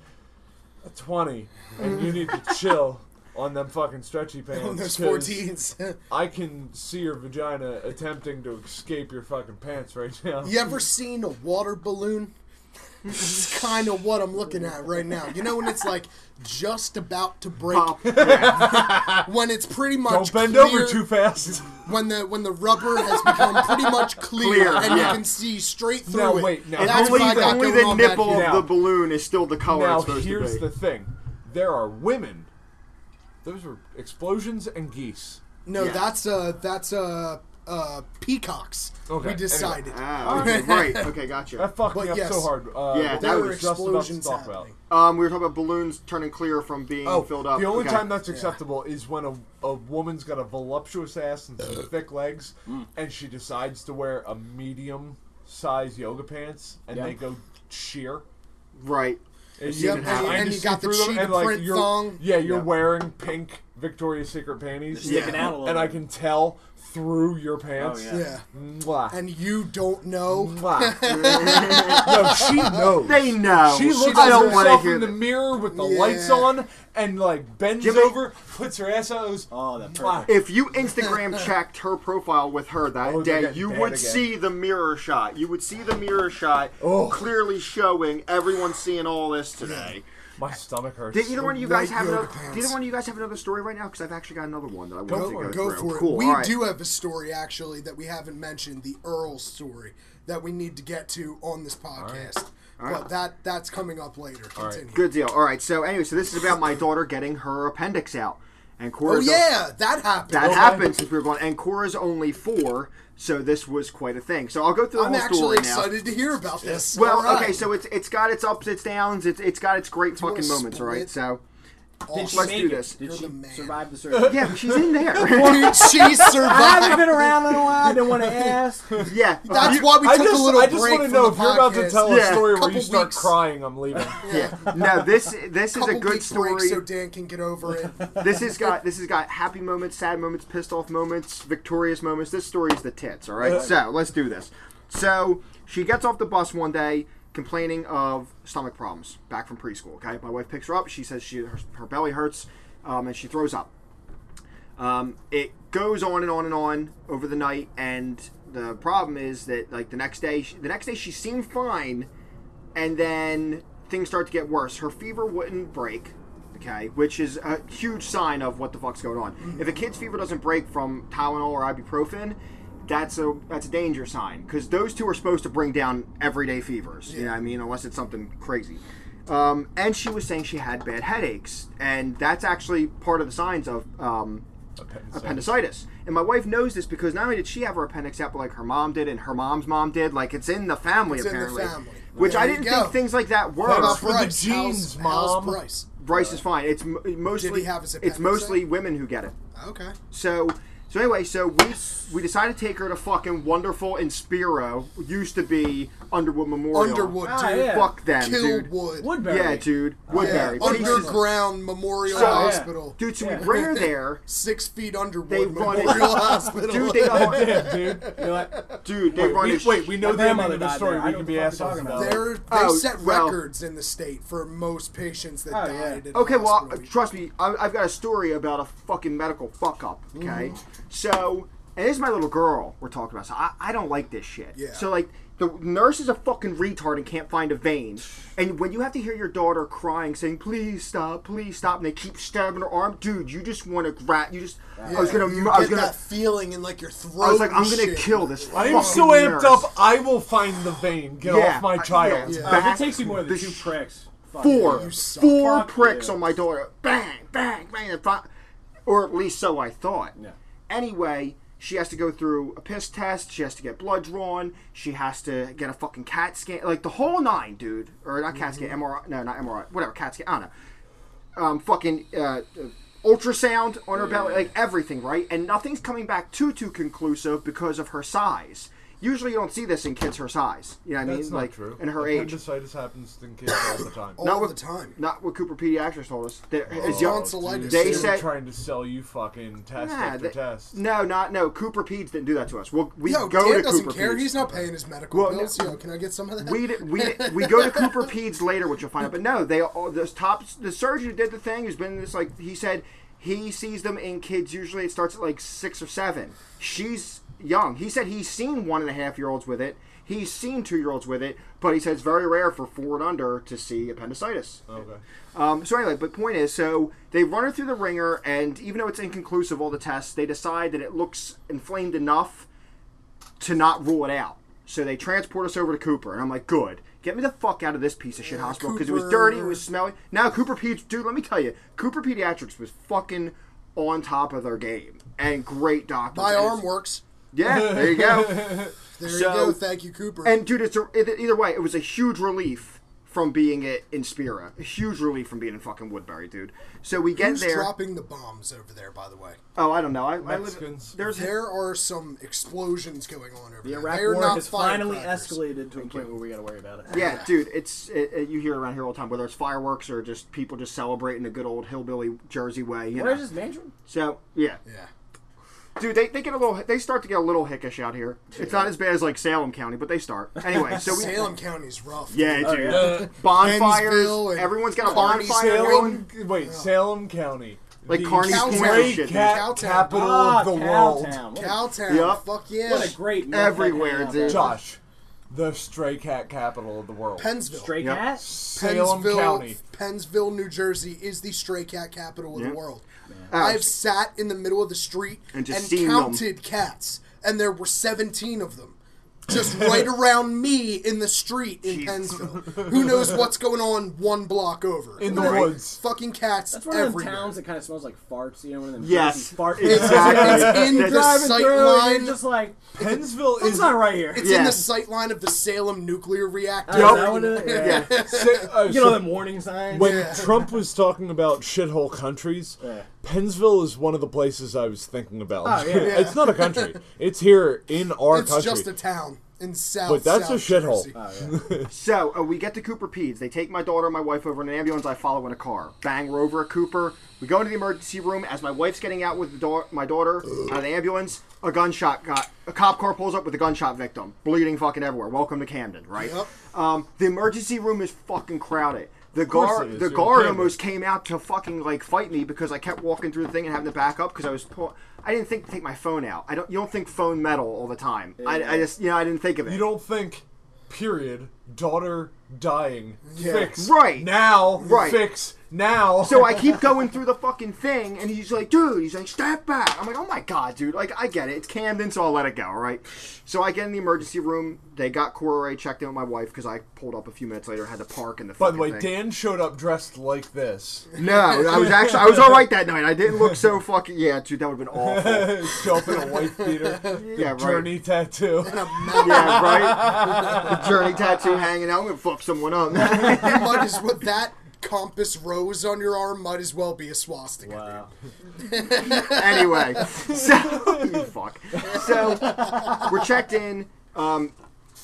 a 20, and you need to chill on them fucking stretchy pants. On those 'cause 14s. I can see your vagina attempting to escape your fucking pants right now. you ever seen a water balloon? This is kind of what I'm looking at right now. You know when it's like just about to break, Pop. Yeah. when it's pretty much Don't bend clear, over too fast. when the when the rubber has become pretty much clear, Clear, and yeah. you can see straight through Now, it. wait, now, And That's only, what I the, got only going the on back here. nipple of Now- the balloon is still the color now it's supposed here's to be. the thing: there are women. Those were explosions and geese. No, Yeah. that's uh that's uh uh peacocks. Okay, We decided. Ah, okay, right. Okay, gotcha. That fucked But me up yes. so hard. Uh, Yeah, but that There was were just about to explosions talk about. happening. Um, we were talking about balloons turning clear from being Oh, filled up. the only Okay. time that's acceptable is when a, a woman's Mm. got a voluptuous ass and some thick legs, and she decides to wear a medium size yoga pants and Yeah. they go sheer. Right. And Yep, can and- hide and to you see got the through them, cheetah and, like, print you're- thong. Yeah, you're Yeah. wearing pink Victoria's Secret panties. sticking out a little and I bit. can tell through Oh, your pants. yeah. Yeah. Mwah. And you don't know. Mm. Mwah. no, she knows. They know. She looks I at don't wanna herself hear in the this. mirror with the Yeah. lights on and like bends Jimmy- over, puts her ass out. and goes, Oh, that "Mwah." perfect. If you Instagram checked her profile with her that Oh, they're day, getting you bad would again. see the mirror shot. You would see the mirror shot Oh. clearly showing everyone seeing all this today. My stomach hurts. Did either one of you guys White have yoga another? pants. Did either one of you guys have another story right now? Because I've actually got another one that I want Go to for go it. Go through. for it. Cool. we all right. do have a story actually that we haven't mentioned, the Earl story that we need to get to on this podcast. But that that's coming up later. right. Continue. Good deal. All right. So anyway, so this is about my daughter getting her appendix out, and Oh Cora's yeah, that happened. that Okay. happened since we were going. And Cora's only four, so this was quite a thing. So I'll go through the I'm whole story actually now. excited to hear about this. Well, All right. okay, so it's it's got its ups, its downs, it's it's got its great wanna fucking moments, all spoil right? it? So Awesome. Did she Oh, let's make do it? this. Did You're she the man. survive the surgery? yeah, she's in there. Dude, she I haven't been survived. around in a while. I didn't want to ask. yeah, That's why we I took just, a little I just break want to from know the if you're about to podcast. tell Yeah. a story where Couple you start weeks. crying. I'm leaving. yeah. No, this this is couple a good weeks break story. so Dan can get over it. This has got this has got happy moments, sad moments, pissed off moments, victorious moments. This story is the tits, all right? So let's do this. So she gets off the bus one day complaining of stomach problems back from preschool. Okay, my wife picks her up. She says she her, her belly hurts, um, and she throws up. Um, it goes on and on and on over the night, and the problem is that like the next day, she, the next day she seemed fine, and then things start to get worse. Her fever wouldn't break, okay, which is a huge sign of what the fuck's going on. If a kid's fever doesn't break from Tylenol or ibuprofen, that's a that's a danger sign because those two are supposed to bring down everyday fevers. You know what I mean? Unless it's something crazy. Um, and she was saying she had bad headaches, and that's actually part of the signs of um, appendicitis. And my wife knows this because not only did she have her appendix out, but like her mom did, and her mom's mom did. Like it's in the family, It's in the apparently. family. Which I There you didn't go. think things like that were. How About For the Bryce. genes, how's, Mom. How's Bryce? Bryce is fine. It's m- mostly have his it's appendix mostly women who get it. Okay. So so anyway, so we we decided to take her to fucking wonderful Inspiro, used to be Underwood Memorial. Underwood, Ah, dude. yeah. Fuck them, dude. Killwood. Woodbury. Yeah, dude. Yeah, Woodbury. Pieces- underground Memorial So- Hospital. Dude, so Yeah. we bring her there. Six feet underwood They run it. Memorial Hospital. Dude, they Damn, dude. You know what? Dude, they Wait, run we, the sh- wait, we know My the end grandmother of the died story. there. We I can don't be know what the fuck assholes you're about talking it. They're, they Oh, set well- records in the state for most patients that Oh, died. yeah. at an Okay, well, hospital. trust me, I, I've got a story about a fucking medical fuck up. Okay, Mm-hmm. so and this is my little girl we're talking about. So I, I don't like this shit. Yeah. So like the nurse is a fucking retard and can't find a vein, and when you have to hear your daughter crying, saying "Please stop, please stop," and they keep stabbing her arm, dude, you just want to grab. You just I was Yeah, gonna, you I was get gonna, that feeling in like your throat. I was like, and I'm gonna shit. kill this. I am fucking so amped nurse. up. I will find the vein. Get Yeah, off my I- child. yeah. Uh, if Back- it takes you more than the two sh- pricks. fuck it. four, You suck. four Fuck pricks you. on my daughter. Bang, bang, bang, and fi- or at least so I thought. Yeah. Anyway, she has to go through a piss test. She has to get blood drawn. She has to get a fucking CAT scan, like the whole nine, dude. Or not CAT scan, MRI. No, not MRI. Whatever, CAT scan. I don't know. Um, fucking uh, uh, ultrasound on her belly, like everything, right? And nothing's coming back too too conclusive because of her size. Usually, you don't see this in kids her size. You know what I mean? That's not like true. and her age. Appendicitis happens in kids all the time. all Not the with- time. Oh, Not what Cooper Pediatrics told us. That as young, Tonsillitis. They They said- were trying to sell you fucking test Nah, after they- test. No, not no. Cooper Peds didn't do that to us. We'll, we Yo, go Dan to doesn't Cooper care. Peds. He's not paying his medical Well, bills. no- Yo, can I get some of that? We d- we d- we go to Cooper Peds later, which you'll find out. But no, they all this top the surgeon who did the thing has been this like he said he sees them in kids. Usually it starts at like six or seven. She's young. He said he's seen one and a half year olds with it. He's seen two year olds with it, but he said it's very rare for four and under to see appendicitis. Oh, Okay. Um, so anyway, but point is, so they run her through the ringer, and even though it's inconclusive, all the tests, they decide that it looks inflamed enough to not rule it out. So they transport us over to Cooper, and I'm like, good. Get me the fuck out of this piece of shit hospital because it was Cooper. dirty, it was smelly. Now Cooper Peds, dude, let me tell you, Cooper Pediatrics was fucking on top of their game and great doctors. My And arm it's- works. Yeah, there you go. There you So- go. Thank you, Cooper. And dude, it's a, it- either way, it was a huge relief from being at, in Spira. A huge relief from being in fucking Woodbury, dude. So we get Who's there. dropping the bombs over there, by the way? oh, I don't know. I, I Mexicans. live. There's There are some explosions going on over there. Iraq They are war not has finally firecrackers. escalated to a point where we got to worry about it. Yeah, dude, it's it, it- you hear around here all the time, whether it's fireworks or just people just celebrating a good old hillbilly Jersey way. You know? Where's this mansion? So yeah, Yeah. dude, they, they get a little, they start to get a little hickish out here. It's not as bad as like Salem County, but they start anyway. So we, Salem County's rough. yeah, Oh, dude, yeah. Bensville bonfires. and Everyone's got a Kearney, bonfire. going. Salem, wait, Salem County, Like the Kearney Point or great shit, cat dude. capital Ah, of the Cowtown. world. What, a, Cowtown. Yup. Fuck yeah. what a great meth Everywhere, hangout dude. that Josh. Josh, the stray cat capital of the world. Pennsville. Stray Yep. cat. Salem Pennsville, County. Pennsville, New Jersey is the stray cat capital of Yeah. the world. Uh, I've sat in the middle of the street And and, just seen them. counted cats, and there were 17 of them. Just right around me in the street in Pennsville. Who knows what's going on one block over? In the There are woods. Fucking cats That's one everywhere. of them towns that kind of smells like farts. You know, one of them Yes. fancy fart. Exactly. It's in That's- the Driving sight through, and line. you're just like, Pennsville it's is not right here. It's Yeah. in the sight line of the Salem nuclear reactor. Is that what it is? Yeah. Sa- uh, You know so them warning signs. when Trump was talking about shithole countries, Yeah. Pennsville is one of the places I was thinking about. Oh, yeah. Yeah. it's not a country; it's here in our It's country. just a town in South. But that's a South shithole. Jersey. So uh, we get to Cooper Peds. They take my daughter and my wife over in an ambulance. I follow in a car. Bang, we're over at Cooper. We go into the emergency room as my wife's getting out with the da- my daughter out of the ambulance. A gunshot got a cop car pulls up with a gunshot victim, bleeding fucking everywhere. Welcome to Camden, right? Yep. Um, the emergency room is fucking crowded. The course guard, it is. the You're in guard Camden. almost came out to fucking like fight me because I kept walking through the thing and having to back up because I was. Pull- I didn't think to take my phone out. I don't. You don't think phone metal all the time. I, I just, you know, I didn't think of it. You don't think, period, daughter dying, Yeah. fix. Right. Now, Right. fix. Now. So I keep going through the fucking thing, and he's like, dude, he's like, step back. I'm like, oh my god, dude. Like, I get it. It's Camden, so I'll let it go, all right? So I get in the emergency room. They got Corey checked in with my wife because I pulled up a few minutes later, had to park in the. By the fucking way, thing. Dan showed up dressed like this. No, I was actually I was all right that night. I didn't look so fucking. Yeah, dude, that would have been awful. Show up in a white beater, the Yeah, right. journey tattoo. Yeah, right. The journey tattoo hanging out. I'm gonna fuck someone up. You might as well that compass rose on your arm might as well be a swastika. Wow. anyway, so you fuck. So we're checked in. Um,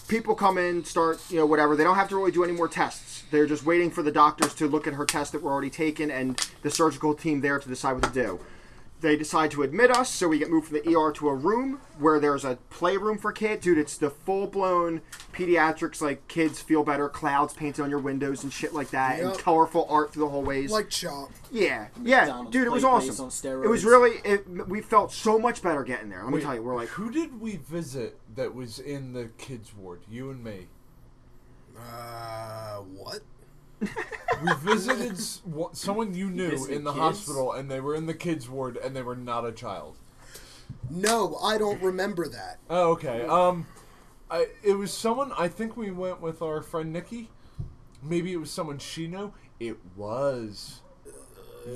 people come in, start you know whatever. They don't have to really do any more tests. They're just waiting for the doctors to look at her tests that were already taken and the surgical team there to decide what to do. They decide to admit us, so we get moved from the ER to a room where there's a playroom for kids. Dude, it's the full blown pediatrics, like kids feel better, clouds painted on your windows and shit like that, and Yep. colorful art through the hallways. Like chop. Yeah, yeah, McDonald's dude, it was plate awesome. base on steroids. It was really. It, we felt so much better getting there. Let me Wait, tell you, we're like, who did we visit that was in the kids ward? You and me. Uh, what? We visited s- wa- someone you knew visited in the kids? hospital, and they were in the kids ward, and they were not a child. No, I don't remember that. Oh, okay. Um, I, it was someone. I think we went with our friend Nikki. Maybe it was someone she knew. It was.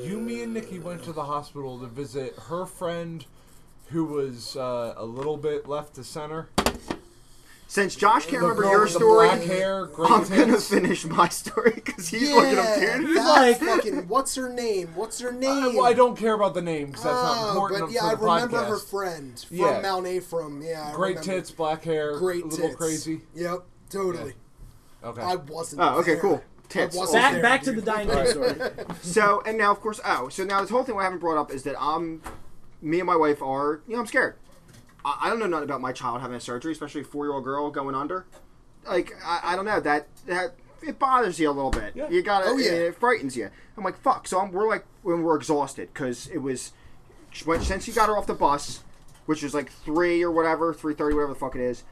You, me, and Nikki went to the hospital to visit her friend, who was uh, a little bit left to center. since Josh can't remember girl your with the story, black hair, great I'm gonna tits. finish my story because he's yeah, looking up, dude. that like- fucking. What's her name? What's her name? I, Uh, well, I don't care about the name because that's not Oh, important but for yeah, I the remember podcast. her friend from Yeah. Mount Afram. Yeah, I Great remember. tits, black hair, Great a little tits. crazy. Yep, totally. Okay. I wasn't. Oh, okay, there. cool. I Tits. wasn't Back there, back to the dude. dinosaur story. So, and now of course, oh, so now this whole thing I haven't brought up is that I'm, me and my wife are, you know, I'm scared. I, I don't know nothing about my child having a surgery, especially a four year old girl going under. Like, I, I don't know that that it bothers you a little bit. Yeah. You gotta, Oh, yeah. it, it frightens you. I'm like, fuck. So I'm, we're like, when we're exhausted because it was, when, since you got her off the bus, which is like three or whatever, three thirty, whatever the fuck it is.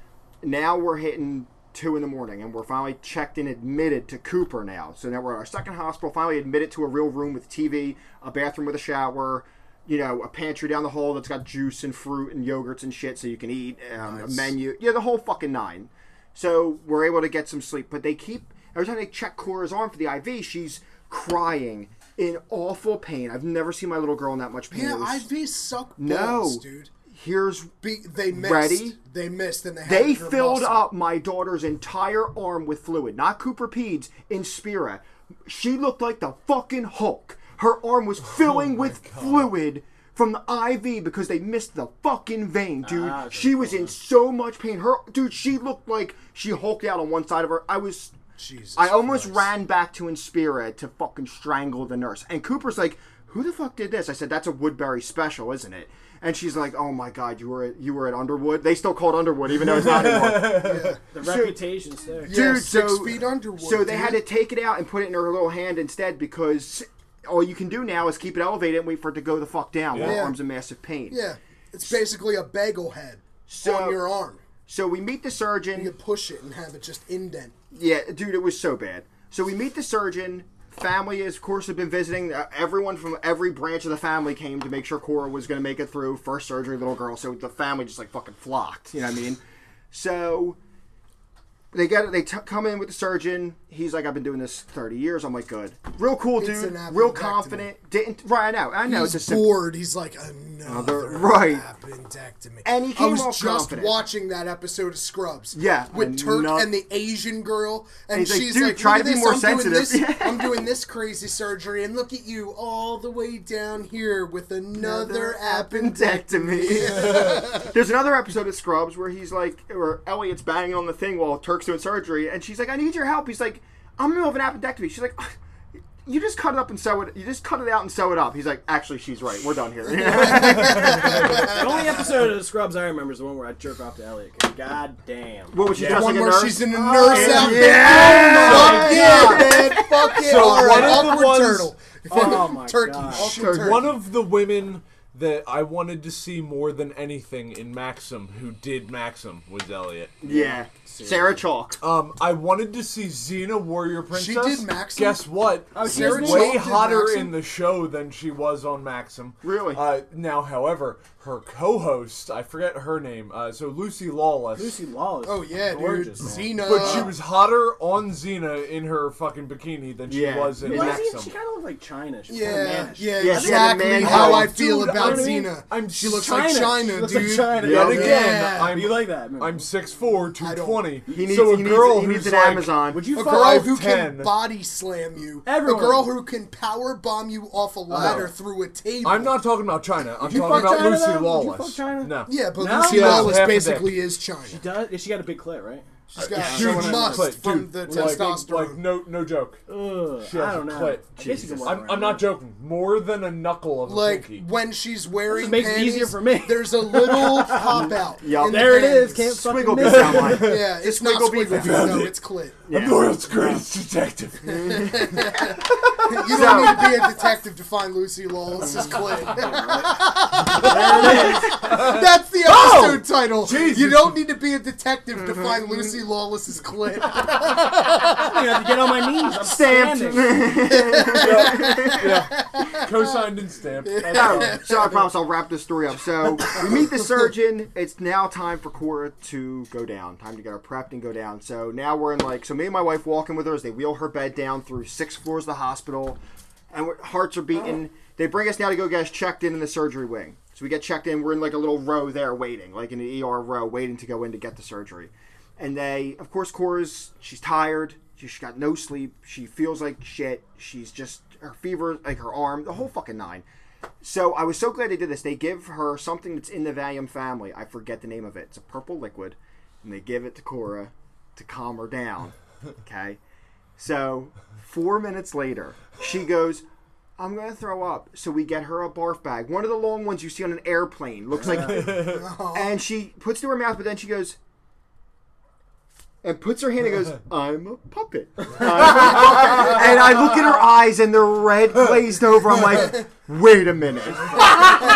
Now we're hitting two in the morning, and we're finally checked in, admitted to Cooper now. So now we're at our second hospital, finally admitted to a real room with TV, a bathroom with a shower, you know, a pantry down the hall that's got juice and fruit and yogurts and shit, so you can eat um, a menu, yeah, the whole fucking nine. So we're able to get some sleep, but they keep every time they check Cora's arm for the IV, she's crying in awful pain. I've never seen my little girl in that much pain. It Yeah, was- IVs suck No. balls, dude. Here's Be, they missed. Ready? They missed, and they had They her filled muscle. up my daughter's entire arm with fluid, not Cooper Peds, in Spira. She looked like the fucking Hulk. Her arm Oh was filling with fluid from the IV because they missed the fucking vein, dude. Ah, she was in so much pain. Her dude, she looked like she hulked out on one side of her. I was Jesus I almost Christ. ran back to Inspira to fucking strangle the nurse. And Cooper's like, "Who the fuck did this?" I said, "That's a Woodbury special, isn't it?" And she's like, "Oh my god, you were at, you were at Underwood. They still called Underwood, even though it's not anymore." The reputation's there. Yeah, Dude, six so- feet Underwood. so they had to dude. take it out and put it in her little hand instead because all you can do now is keep it elevated and wait for it to go the fuck down. While Yeah. her arm's in massive pain. Yeah, it's basically a bagel head So- on your arm. So we meet the surgeon. You push it and have it just indent. Yeah, dude, it was so bad. So we meet the surgeon. Family is, of course, have been visiting. Uh, everyone from every branch of the family came to make sure Cora was going to make it through first surgery, little girl. So the family just like fucking flocked. You know what I mean? So they get they t- come in with the surgeon. He's like, "I've been doing this thirty years." I'm like, "Good, real cool, It's dude, an appendectomy. real confident." Didn't right? I know, I know. He's it's a sim- bored. He's like another right. appendectomy. And he I came was off just confident. watching that episode of Scrubs. Yeah, with Turk ano- and the Asian girl, and he's like, she's "Dude, like, try "Look at to be this, more I'm sensitive." Doing this, I'm doing this crazy surgery, and look at you, all the way down here with another, appendectomy." appendectomy. There's another episode of Scrubs where he's like, or Elliot's banging on the thing while Turk's doing surgery, and she's like, "I need your help." He's like, "I'm in the middle of an appendectomy." She's like. You just cut it up and sew it. You just cut it out and sew it up. He's like, actually, she's right. We're done here. The only episode of the Scrubs I remember is the one where I jerk off to Elliot. God damn. what was she dressed One like a where nurse? Oh, she's in a nurse yeah. outfit. Yeah. Fuck yeah, man! Fuck yeah! So all right, one of the awkward ones- turtle. Oh my turkey. God. Awkward Turkey. turkey. One of the women that I wanted to see more than anything in Maxim, who did Maxim, was Elliot. Yeah. Sarah Chalk. Oh. Um, I wanted to see Xena Warrior Princess. She did Maxim? Guess what? she's Sarah She's way Chalk did hotter Maxim? in the show than she was on Maxim. Really? Uh, now, however, her co-host, I forget her name, uh, so Lucy Lawless. Lucy Lawless. Oh yeah, gorgeous, dude. man. Xena. But she was hotter on Xena in her fucking bikini than she Yeah. was in Yeah. Why is Maxim. he, she kind of looked like China. She was kinda Yeah, mannish. yeah, Yeah, she had a exactly man how hole. I feel Dude, about I mean, Xena. I'm she looks like She China, looks dude. Like China. Yet Yeah. again, I'm- you like that? man. I'm 6'4", I don't- 220. He needs, so a he needs, girl he who's needs an like, Amazon. Would you A fuck girl five who ten. can body slam you. Everyone. A girl who can power bomb you off a ladder Oh. through a table. I'm not talking about China. I'm you talking fuck about China, Lucy though? Would you Lawless. fuck China? No. Yeah, but No. Lucy Yeah, Lawless half a dick. basically is China. Does she got a big clit, right? She's got Yeah. she Someone must Clit, from dude, the like- testosterone. Like, no, no joke. Ugh, She has I don't a know. clit. I guess you can walk I'm, around I'm not with joking. More than a knuckle of a Like, pinky. when she's wearing This makes it panties, easier for me. there's a little pop out. Yeah. in the There it is. Can't panties. fucking Squiggle miss goes down it. line. Yeah, it's not Squiggle beat squiggle. beat, down. No, it's clit. I'm the world's greatest detective. You don't need to be a detective to find Lucy Lawless's clit. Oh, That's the episode title. You don't need to be a detective Mm-hmm. to find Lucy Lawless's clit. I'm gonna have to get on my knees. I'm Stamped. standing. Co-signed and stamped. That's No, all. so I promise I'll wrap this story up. So we meet the surgeon. It's now time for Cora to go down. Time to get her prepped and go down. So now we're in like so me and my wife walking with her as they wheel her bed down through six floors of the hospital, and we're, hearts are beating. They bring us now to go get us checked in in the surgery wing. So we get checked in. We're in like a little row there waiting, like in the ER row, waiting to go in to get the surgery. And they, of course, Cora's she's tired. She's got no sleep. She feels like shit. She's just her fever, like her arm, the whole fucking nine. So I was so glad they did this. They give her something that's in the Valium family. I forget the name of it. It's a purple liquid, and they give it to Cora to calm her down. Okay. So four minutes later, she goes, "I'm gonna throw up." So we get her a barf bag, one of the long ones you see on an airplane. Looks like, and she puts it to her mouth, but then she goes. And puts her hand and goes, I'm a puppet. I'm a puppet. and I look at her eyes and they're red glazed over. I'm like, wait a minute. Wait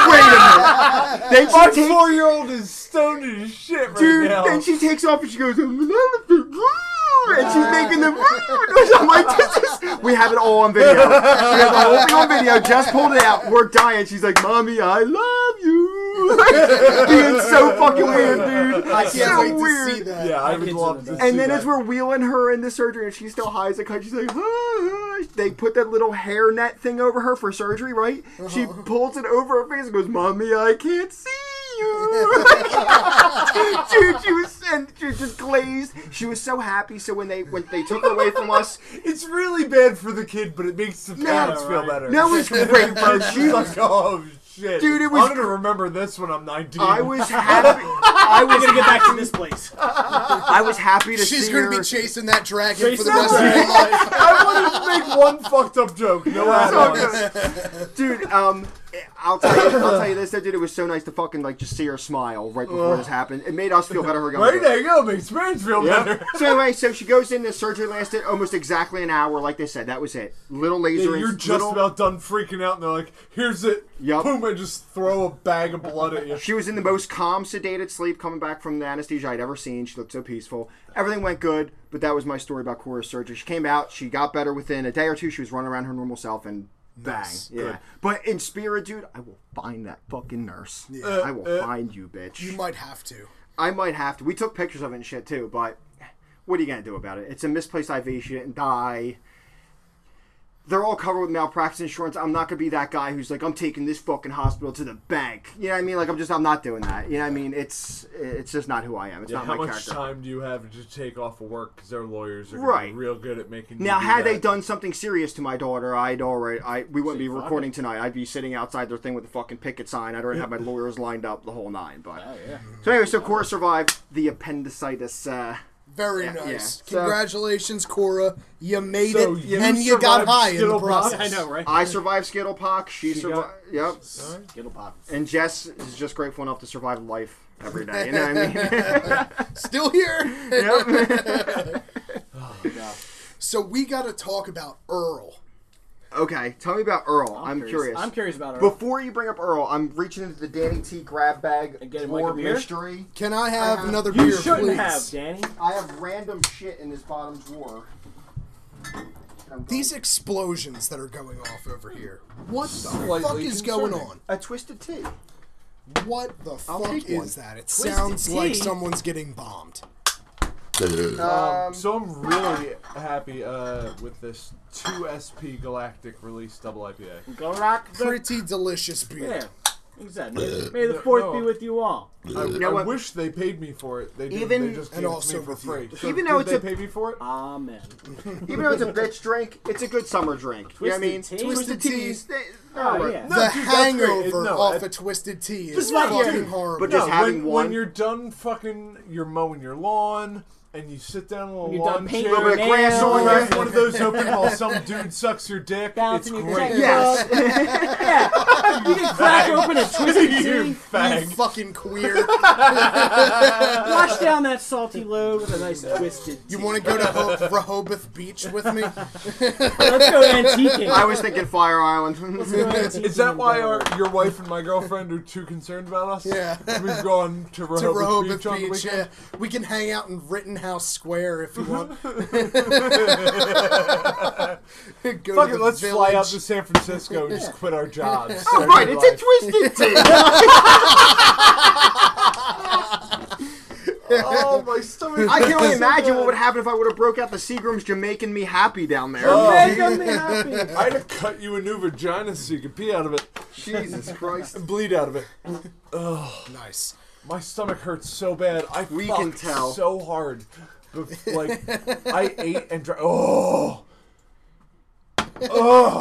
a minute. Then My she takes four-year-old is stoned as shit right dude. now. And she takes off and she goes, "I'm an elephant," and she's making the mood. I'm like, this is. We have it all on video. We have the whole thing on video. Just pulled it out. We're dying. She's like, "Mommy, I love you." Being so fucking weird, dude. I can't so wait weird. to see that. yeah, I would kids love are to the see best. And then that. as we're wheeling her in the surgery, and she's still high as a kite, she's like, "Ah, ah." they put that little hair Uh-huh. net thing over her for surgery, right? She pulls it over her face and goes, "Mommy, I can't see Dude, she was and she was just glazed. She was so happy. So when they when they took her away from us, It's really bad for the kid, but it makes the No, parents feel right. better. no, it was great, bro. It's She like, oh shit, Dude, it was- I'm gonna remember this when I'm 19. I was happy. I I'm gonna was get back to this place. I was happy to She's see going to her. be chasing that dragon for the Chasing rest that of her life. I wanted to make one fucked up joke. No so add-ons. good. Dude, um, I'll tell you, I'll tell you this, though, dude. It was so nice to fucking like just see her smile right before this happened. It made us feel better. Her Right going. there you go. Makes parents feel better. Yep. so anyway, so she goes in. The surgery lasted almost exactly an hour, like they said. That was it. Little laser. You're just little, about done freaking out, and they're like, "Here's it." Yup. Boom! I just throw a bag of blood at you. She was in the most calm, sedated sleep coming back from the anesthesia I'd ever seen. She looked so peaceful. Everything went good, but that was my story about Cora's surgery. She came out, she got better within a day or two. She was running around her normal self and bang. Nice. Yeah. Good. But in spirit, dude, I will find that fucking nurse. Yeah. I will find you, bitch. You might have to. I might have to. We took pictures of it and shit too, but what are you gonna do about it? It's a misplaced IV. She didn't die. They're all covered with malpractice insurance. I'm not gonna be that guy who's like, I'm taking this fucking hospital to the bank. You know what I mean? Like, I'm just, I'm not doing that. You know what I mean? It's, it's just not who I am. It's not How my much character. time do you have to take off of work? Because their lawyers are gonna Right. be real good at making. you Now, do had they that. done something serious to my daughter, I'd already, I, we wouldn't be fine. recording tonight. I'd be sitting outside their thing with a fucking picket sign. I'd already have my lawyers lined up the whole nine. But Oh, yeah. so anyway, so Cora survived the appendicitis. Uh, Very Yeah, nice. yeah. So- Congratulations, Cora. You made So it, you and you got survived high in the Skittle Pop? process. I know, right? I survived Skittle Pock. She, She survived. Yep. Skittle pop. And Jess is just grateful enough to survive life every day. You know what I mean? Still here. Yeah. So we got to talk about Earl. okay, tell me about Earl. I'm, curious. I'm curious about her. Before you bring up Earl, I'm reaching into the Danny T grab bag And getting for like a beer? mystery. Can I have have- another you beer, shouldn't please? have, Danny. I have random shit in this bottom drawer. And I'm These going- explosions that are going off over here. What the Slightly fuck is going on? Uh, concerning. a twisted tea. What the fuck take is one. that? It Twisted sounds tea. like someone's getting bombed. Um, so I'm really happy uh, with this 2SP Galactic release double IPA. Go rock the Pretty delicious beer. Yeah, exactly. Uh, May the fourth no. be with you all. I, know I what? wish they paid me for it. They didn't. Even- they just And gave it also to me for with free. you. So Even though did it's they a- pay me for it? Amen. Even though it's a bitch drink, it's a good summer drink. you know what I Twisted mean? tea? Twisted Twisted teas. They, they're Oh, alright. yeah. The No, dude, that's great. hangover It- no, off it- a twisted tea Just is like fucking you. horrible. But just no, having when, one- when you're done fucking, you're mowing your lawn and you sit down on a When you're lawn done painting chair. Little your bit of grass nails, on You there. crack one of those open while some dude sucks your dick. It's bouncing your great. checkbook. Yes. yeah. You can crack open a twisted you tea, you fag. fucking queer. wash down that salty load with a nice twisted tea. you want to go to Ho- Rehoboth Beach with me? Let's go antiquing. I was thinking Fire Island. Let's go antiquing Is that and why go- our, your wife and my girlfriend are too concerned about us? Yeah. We've gone to Rehoboth, to Rehoboth Beach on the Beach. weekend. yeah. We can hang out in Rittenhouse Square if you want. go to Fuck the it, let's village. fly out to San Francisco and just quit our jobs. Oh, right, it's a twisted tea. Oh, my stomach. I can only imagine what would happen if I would have broke out the Seagram's Jamaican Me Happy down there. Oh. Making me happy. I'd have cut you a new vagina so you could pee out of it Jesus Christ. and bleed out of it. Nice. My stomach hurts so bad. I We fucked can tell. so hard. Bef- Like I ate and drank. Oh,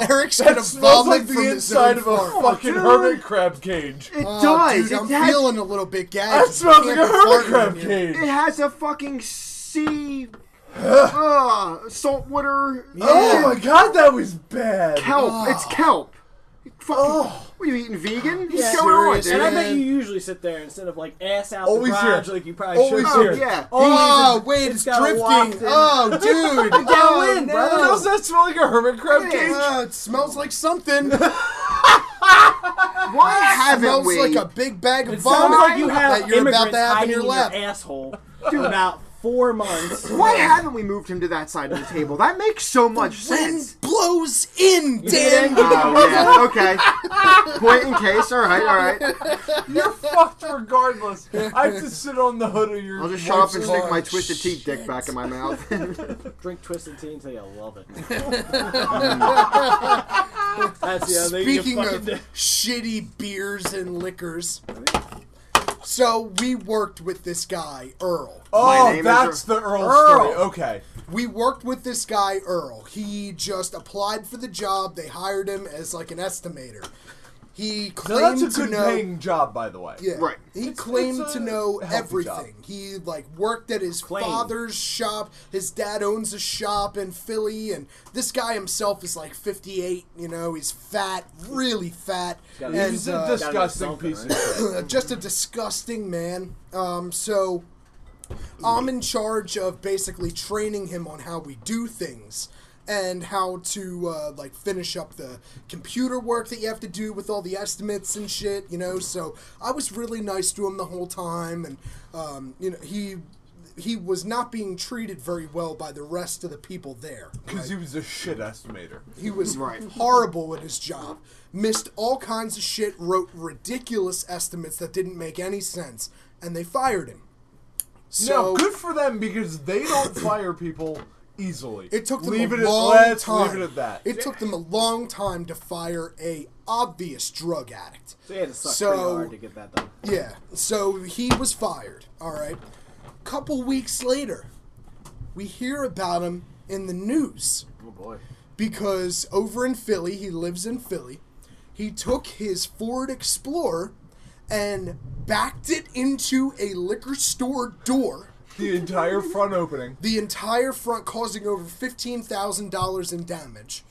Eric's that gonna smells vomit like from the his inside own of a fart. fucking dude. hermit crab cage. It Oh, does. Dude, I'm it, has, feeling a little bit gagged. That smells like Can't a be hermit farting crab in here. it cage. has a fucking sea. uh, saltwater. Oh my god, that was bad. Kelp. It's kelp. Fucking, Oh. What are you eating, vegan? Yeah. What's going on, Serious? And I dude? bet you usually sit there instead of like ass out Always the garage here. like you probably Always should. Oh, here. yeah. Oh, wait, It's it's got drifting. wafted. Oh, dude. Downwind, oh, brother. How does that smell like a hermit crab Yeah. cage? Oh, it smells like something. Why haven't smells we? like a big bag of It sounds vomit like you have that you're about to immigrants have in hiding your in your lap. asshole for about four months. why haven't we moved him to that side of the table? That makes so much sense. Wind blows in, Dan. Oh, yeah. Okay. Point in case. All right. All right. You're fucked regardless. I have to sit on the hood of your. I'll just shut up wife's and car. stick my twisted tea dick back in my mouth. Drink twisted tea until you love it. That's the other thing you Speaking fucking of do. shitty beers and liquors, So we worked with this guy, Earl. My Oh, name is that's the Earl. Earl, Earl. story. Okay. We worked with this guy, Earl. He just applied for the job. They hired him as like an estimator. He Now, claimed that's a to good know. paying job, by the way. Yeah. Right. He It's- claimed it's a to know healthy job. everything. He like worked at his Claim. father's shop. His dad owns a shop in Philly, and this guy himself is like 58. You know, he's fat, really fat, got a- and He's uh, a disgusting something, piece of right? shit. just a disgusting man. Um, so I'm in charge of basically training him on how we do things and how to uh, like finish up the computer work that you have to do with all the estimates and shit, you know. So I was really nice to him the whole time, and um, you know he he was not being treated very well by the rest of the people there. Because he was a shit estimator. He was Right. horrible at his job. Missed all kinds of shit, wrote ridiculous estimates that didn't make any sense, and they fired him. So now, good for them because they don't fire people easily. it took them leave a it long at, let's time. Leave it at that. It took them a long time to fire a obvious drug addict. So you had to suck So- pretty hard to get that done. Yeah. So he was fired. All right. Couple weeks later, we hear about him in the news. Oh boy. because over in Philly, he lives in Philly. He took his Ford Explorer and backed it into a liquor store door, the entire front opening. the entire front causing over $15,000 in damage.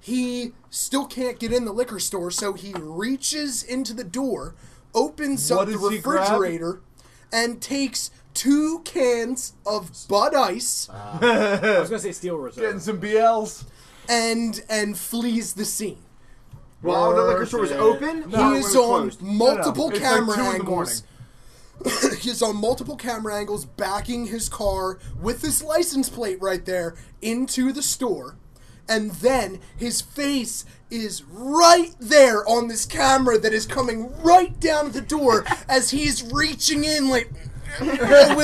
He still can't get in the liquor store, so he reaches into the door, opens What up the does he grab? refrigerator, and takes two cans of Bud Ice Ah. I was gonna say steel Getting reserve. some BLs. and and flees the scene. While the liquor store was Worth it. open, He or is when it on closed? multiple No, no, it's like camera two in the angles. He's on multiple camera angles, backing his car with his license plate right there into the store. And then his face is right there on this camera that is coming right down at the door as he's reaching in, like, with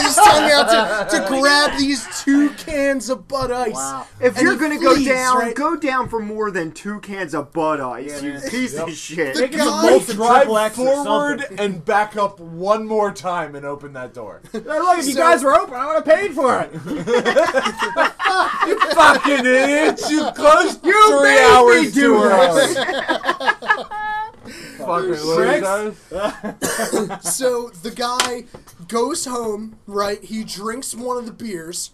his tongue out to, to grab these two cans of Bud Ice. Wow. If And you're he gonna go flees, down, right? go down for more than two cans of Bud Ice, Yeah, you man. piece of shit. The Make it some guy- bolts and triple Drive X or forward something. and back up one more time and open that door. Hey, look, if you So- guys were open, I would have paid for it. Fucking idiots! You closed You three made me hours do too early. this. Fucking pricks. losers. so the guy goes home, right? He drinks one of the beers.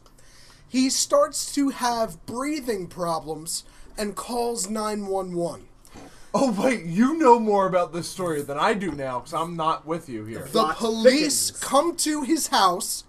He starts to have breathing problems and calls 911. Oh wait, you know more about this story than I do now because I'm not with you here. The Plot police thickens. come to his house,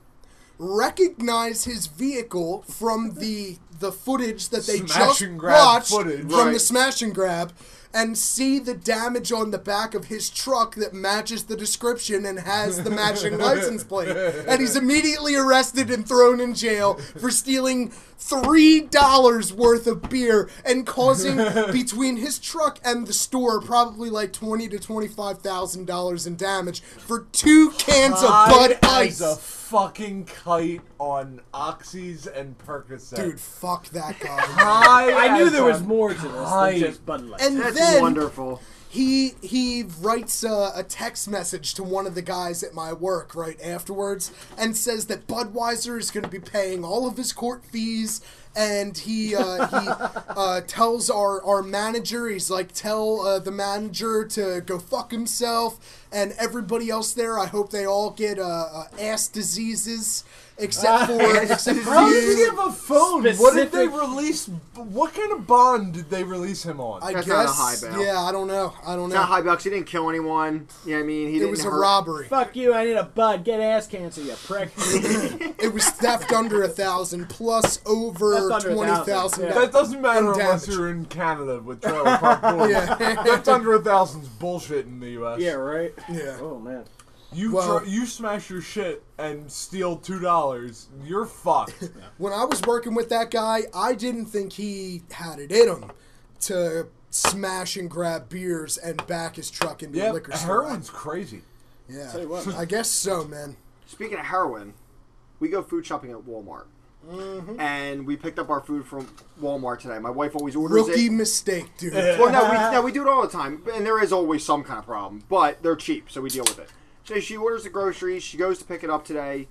recognize his vehicle from the the footage that they Smash just and grab watched footage. from Right. the smash and grab, and see the damage on the back of his truck that matches the description and has the matching license plate. And he's immediately arrested and thrown in jail for stealing three dollars worth of beer and causing between his truck and the store probably like twenty to twenty five thousand dollars in damage for two cans of Bud High Ice. as a fucking kite on oxys and Percocet. Dude, fuck that guy. High I knew as there was a more to this kite. than just Bud Light. And That's then wonderful. he he writes a, a text message to one of the guys at my work right afterwards and says that Budweiser is going to be paying all of his court fees and he uh, he uh, tells our our manager he's like tell uh, the manager to go fuck himself and everybody else there I hope they all get uh, uh, ass diseases except for except for How did he you. have a phone? What did they Specific- release? What kind of bond did they release him on? I That's not a high guess bail. yeah I don't know I don't Not know high bucks. He didn't kill anyone. You know what I mean? He it didn't was a hurt. robbery. Fuck you, I need a bud. Get ass cancer, you prick. It was theft under a thousand plus over Theft under a twenty thousand. thousand, yeah. that doesn't matter And unless damage. you're in Canada with trailer park boys. Yeah. That's under a thousand's bullshit in the U.S. yeah, right? Yeah. Oh, man. You Well- tr- you smash your shit and steal two dollars, you're fucked. When I was working with that guy, I didn't think he had it in him to smash and grab beers and back his truck into a yeah, liquor store. heroin's crazy. Yeah, Tell you what, man. I guess so, man. Speaking of heroin, we go food shopping at Walmart, Mm-hmm. and we picked up our food from Walmart today. My wife always orders Rookie it. mistake, dude. Uh-huh. Well, no, we, no, we do it all the time, and there is always some kind of problem, but they're cheap, so we deal with it. So she orders the groceries. She goes to pick it up today,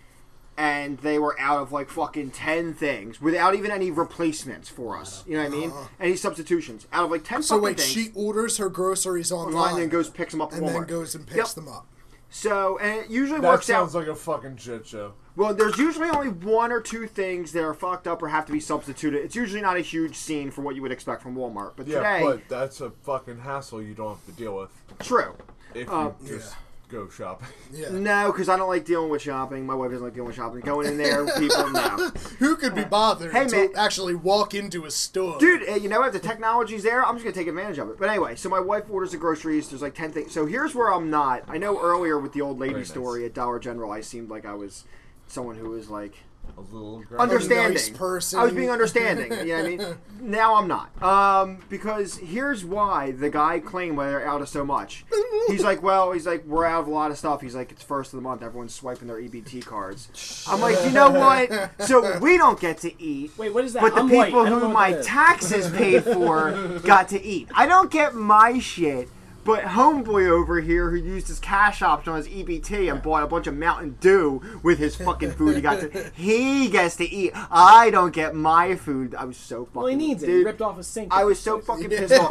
and they were out of like fucking ten things without even any replacements for us. You know what I mean? Any substitutions out of like ten. Uh-huh. So fucking wait, things, she orders her groceries online, online then goes picks them up at and then Walmart. goes and picks Yep. them up. So and it usually That works out. sounds like a fucking shit show. Well, there's usually only one or two things that are fucked up or have to be substituted. It's usually not a huge scene for what you would expect from Walmart, but Yeah, today, but that's a fucking hassle you don't have to deal with true. if Um, you just go shopping. Yeah. No, because I don't like dealing with shopping. My wife doesn't like dealing with shopping. Going in there, people, no. Who could be bothered Hey, to man. actually walk into a store? Dude, eh, you know, if the technology's there, I'm just going to take advantage of it. But anyway, so my wife orders the groceries. There's like 10 things. So here's where I'm not. I know earlier with the old lady Very nice. story at Dollar General, I seemed like I was someone who was like A little aggressive. understanding. nice person. I was being understanding. you know what I mean? Now I'm not. Um, because here's why the guy claimed why they're out of so much. He's like, well, he's like, we're out of a lot of stuff. He's like, it's first of the month. Everyone's swiping their EBT cards. I'm like, you know what? So we don't get to eat. Wait, what is that? But the I'm white. people I don't know who what my that is. taxes paid for got to eat. I don't get my shit. But homeboy over here who used his cash option on his EBT and bought a bunch of Mountain Dew with his fucking food he got to, he gets to eat. I don't get my food. I was so fucking Well, he needs it. He dude, ripped off a sink. I was so fucking pissed off.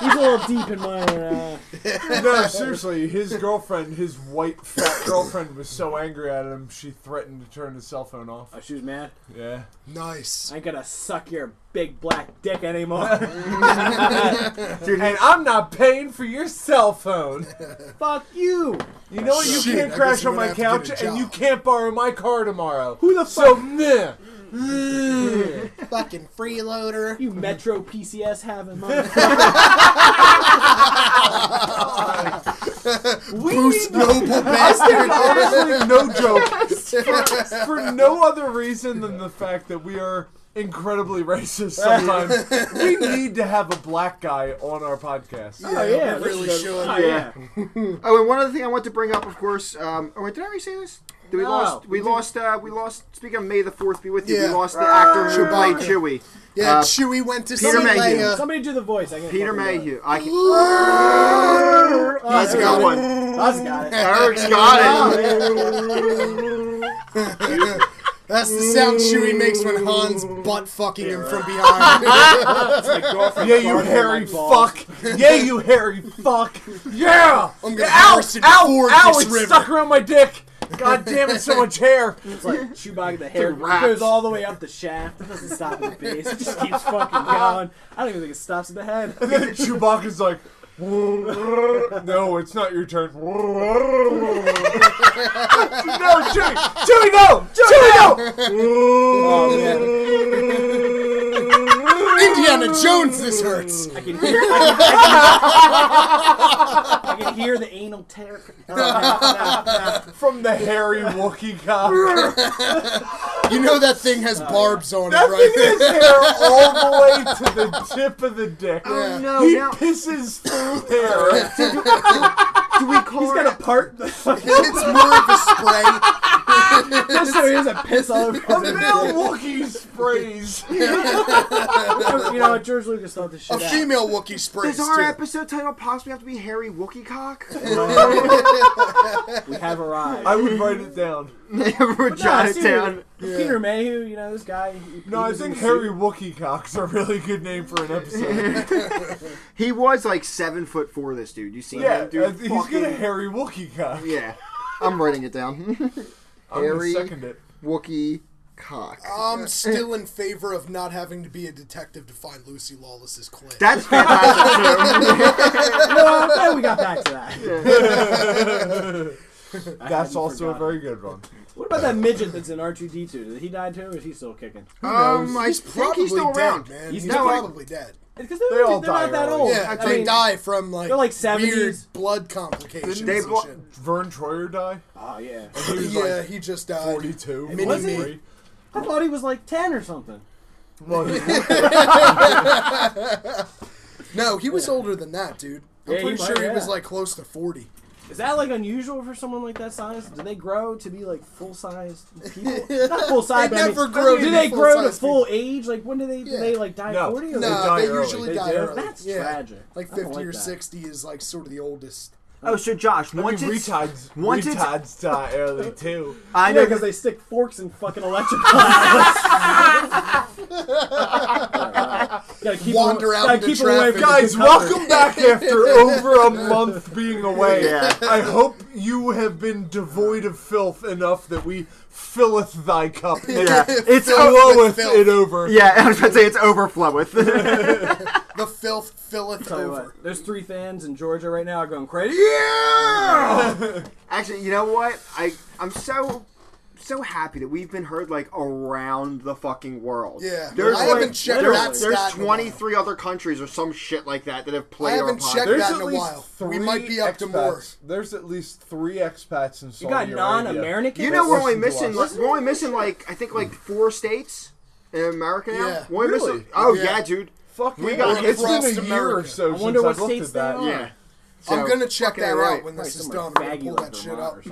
He's a little deep in my. Uh, no, seriously, his girlfriend, his white fat girlfriend, was so angry at him she threatened to turn his cell phone off. oh, she was mad. Yeah, nice. I ain't gonna suck your big black dick anymore. Dude, and I'm not paying for your cell phone. Fuck you. You know what? You Shit, can't I guess crash I'm gonna on my have to get couch, a and you job. can't borrow my car tomorrow. Who the So fuck? meh. Fucking freeloader. You Metro PCS having money. Boost noble bastard. Honestly, no joke. For, for no other reason than the fact that we are incredibly racist sometimes. we need to have a black guy on our podcast. Yeah, we Oh, yeah, this really is a- should. Oh, yeah. oh, and one other thing I want to bring up, of course. Um, oh wait, did I already say this? Did we No. lost? We lost. Uh, we lost. Speaking of May the Fourth be with you, we Yeah. lost the Ah, actor who played Chewbacca. Chewie. Yeah, Uh, Chewie went to see Peter Mayhew. Leia. Somebody do the voice. I can uh, Peter Mayhew. I can, He's He's got one. Us got it. Eric's Oh. got it. That's the sound Chewie makes when Han's butt fucking him from behind. Yeah, you hairy fuck. Yeah, you hairy fuck. Yeah. I'm gonna ow, arson ow, Ford ow, this it's river. stuck around my dick. God damn it, so much hair. It's like Chewbacca the hair Dude, rats. goes all the way up the shaft. It doesn't stop at the base. It just keeps fucking going. I don't even think it stops at the head. And then Chewbacca's like, no, it's not your turn. no, Chewie, Chewie, no, Chewie, no. Oh man, Indiana Jones, this hurts. I can hear. I can, I can hear the anal tear. From the hairy Wookiee cop. You know that thing has barbs on it, That thing right? is hair all the way to the tip of the dick. Yeah. No, He Oh, now pisses through hair. do we call He's her? got a part. It's more of a spray. Just so he doesn't piss all over. A his male Wookiee sprays. you know, what, George Lucas thought this A Oh, shit out. female Wookiee sprays Does too. our episode title possibly have to be Harry Wookie Cock? we have arrived. I would write it down. Regina Town. Peter Mayhew, you know this guy. he- he No, I was in think the Harry suit. Wookiee Cock's a really good name for an episode. He was like seven foot four. This dude, you see yeah, him, dude? I think he's Fucking- gonna Harry Wookiee Cock. Yeah, I'm writing it down. I'm gonna Harry- second it. Wookie Cock. I'm still in favor of not having to be a detective to find Lucy Lawless's claim. That's fantastic. too. No, I'm glad we got back to that. I That's hadn't also a forgotten. very good one. What about that midget that's in R two D two? Did he die too, or is he still kicking? Uh, um, I he's think probably he's still dead, around. man. He's He's, still- probably dead. Because They all they're die not that early. old. Yeah, I they mean, die from like, they're like weird 70s. blood complications. They and blo- shit. Vern Troyer die? Oh yeah. He was Yeah, like he just died. 42, Mini-me. 43. I thought he was like ten or something. Well, he- No, he was older than that, dude. I'm Yeah, he pretty might, sure he yeah. was like close to forty. Is that like unusual for someone like that size? Do they grow to be like full sized people? Not full size. They but I mean, never grow Do to they be grow to full-sized full age? Like when do they? Do Yeah. they like die No. forty? No, Or like, No, die they early. usually They die do? early. That's yeah. tragic. Like I don't 50 or like that. 60 is like sort of the oldest. Oh, so Josh, I mean, once it's, retards, once it's- retards die early too. I yeah, know because they stick forks in fucking electric pots. gotta keep Wander away, out gotta into keep away traffic. from Guys, the cover. welcome back after over a month being away. Yeah. I hope you have been devoid of filth enough that we filleth thy cup. and Yeah. It's Filled with Floweth filth. it over. yeah, I was gonna say it's overfloweth. The filth filleth Tell you over. what, those three fans in Georgia right now are going crazy. yeah. Actually, you know what? I I'm so so happy that we've been heard like around the fucking world. Yeah. There's I like, haven't checked there's, that there's stat in a while. 23 other countries or some shit like that that have I played haven't our podcast. checked There's that at in a least while. three We might be up to more. expats- There's at least three expats in Saudi You got Arabia. non-American. You know we're only Listen to missing us. like, we're only missing like I think like four states in America now. Yeah. We're only Really? missing Oh Yeah. yeah, dude. Fuck We yeah. got It's been a across year or America. so I since wonder what I've looked states at they that. are. Yeah. I'm So, gonna check fucking that right. out when Probably this is somewhere done. I'm gonna baggy pull like that shit Vermont up. or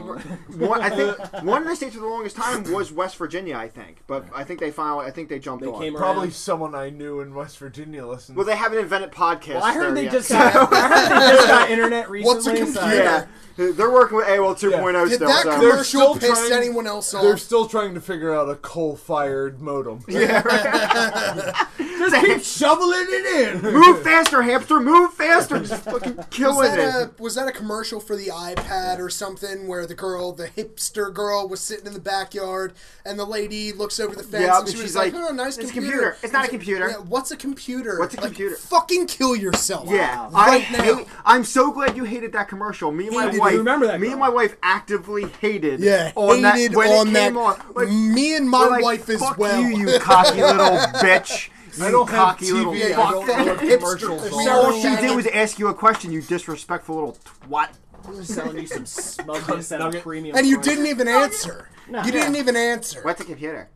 something. One, I think one of the states for the longest time was West Virginia, I think, but I think they finally, I think they jumped They on. came Probably around. someone I knew in West Virginia listened. well, they haven't invented podcasts. Well, I heard there they yet. just got, I heard they just got internet recently. What's a so- computer? yeah, they're working with AOL 2.0 Did still. that so. They're commercial still piss trying- anyone else off? They're still trying to figure out a coal-fired modem. Yeah. Just keep shoveling it in. move faster, hamster! Move faster! Just fucking was killing that, it. a, was that a commercial for the iPad or something where the girl, the hipster girl, was sitting in the backyard and the lady looks over the fence Yeah, and but she was she's like, like, "Oh, nice "It's a computer. computer. It's not a computer." Yeah, what's a computer? What's a Like, computer? fucking kill yourself. Yeah, I right now. hate. I'm so glad you hated that commercial. Me and my Hated it. wife. Remember that me girl. and my wife actively hated. Yeah, on hated that when on it that. came on. Like, Me and my we're like, wife as fuck well. You, you cocky little bitch. You I don't have cocky little TV. fuck. I don't know what commercials Hipsters. are. All she did was ask you a question. You disrespectful little twat. Selling you some smugness at a nugget. premium. and you price. didn't even answer. No. you didn't even answer. What's a computer?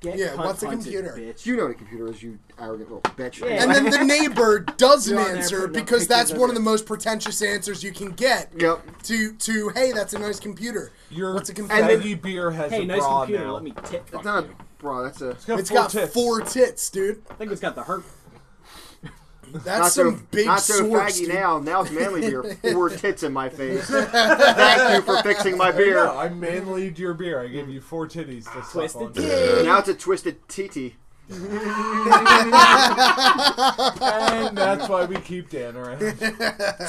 Get Yeah, cunt what's a hunted, computer? Bitch. You know what a computer is, you arrogant little bitch. Yeah. And then the neighbor doesn't You're on there answer putting up because that's pictures one of of the most pretentious answers you can get. Yep. To to hey, that's a nice computer. Your What's a computer? And then- Maggie beer has hey, a nice bra computer. now. Let me tip. It's fuck not a you. bro, that's a It's got, It's four got tits. four tits, dude. I think it's got the hurt. That's not some so, big not so source. faggy dude. now. Now it's manly beer. Four tits in my face. Thank you for fixing my beer. No, I manlied your beer. I gave you four titties to suck Twisted on. tea. Now it's a twisted TT. And that's why we keep Dan around.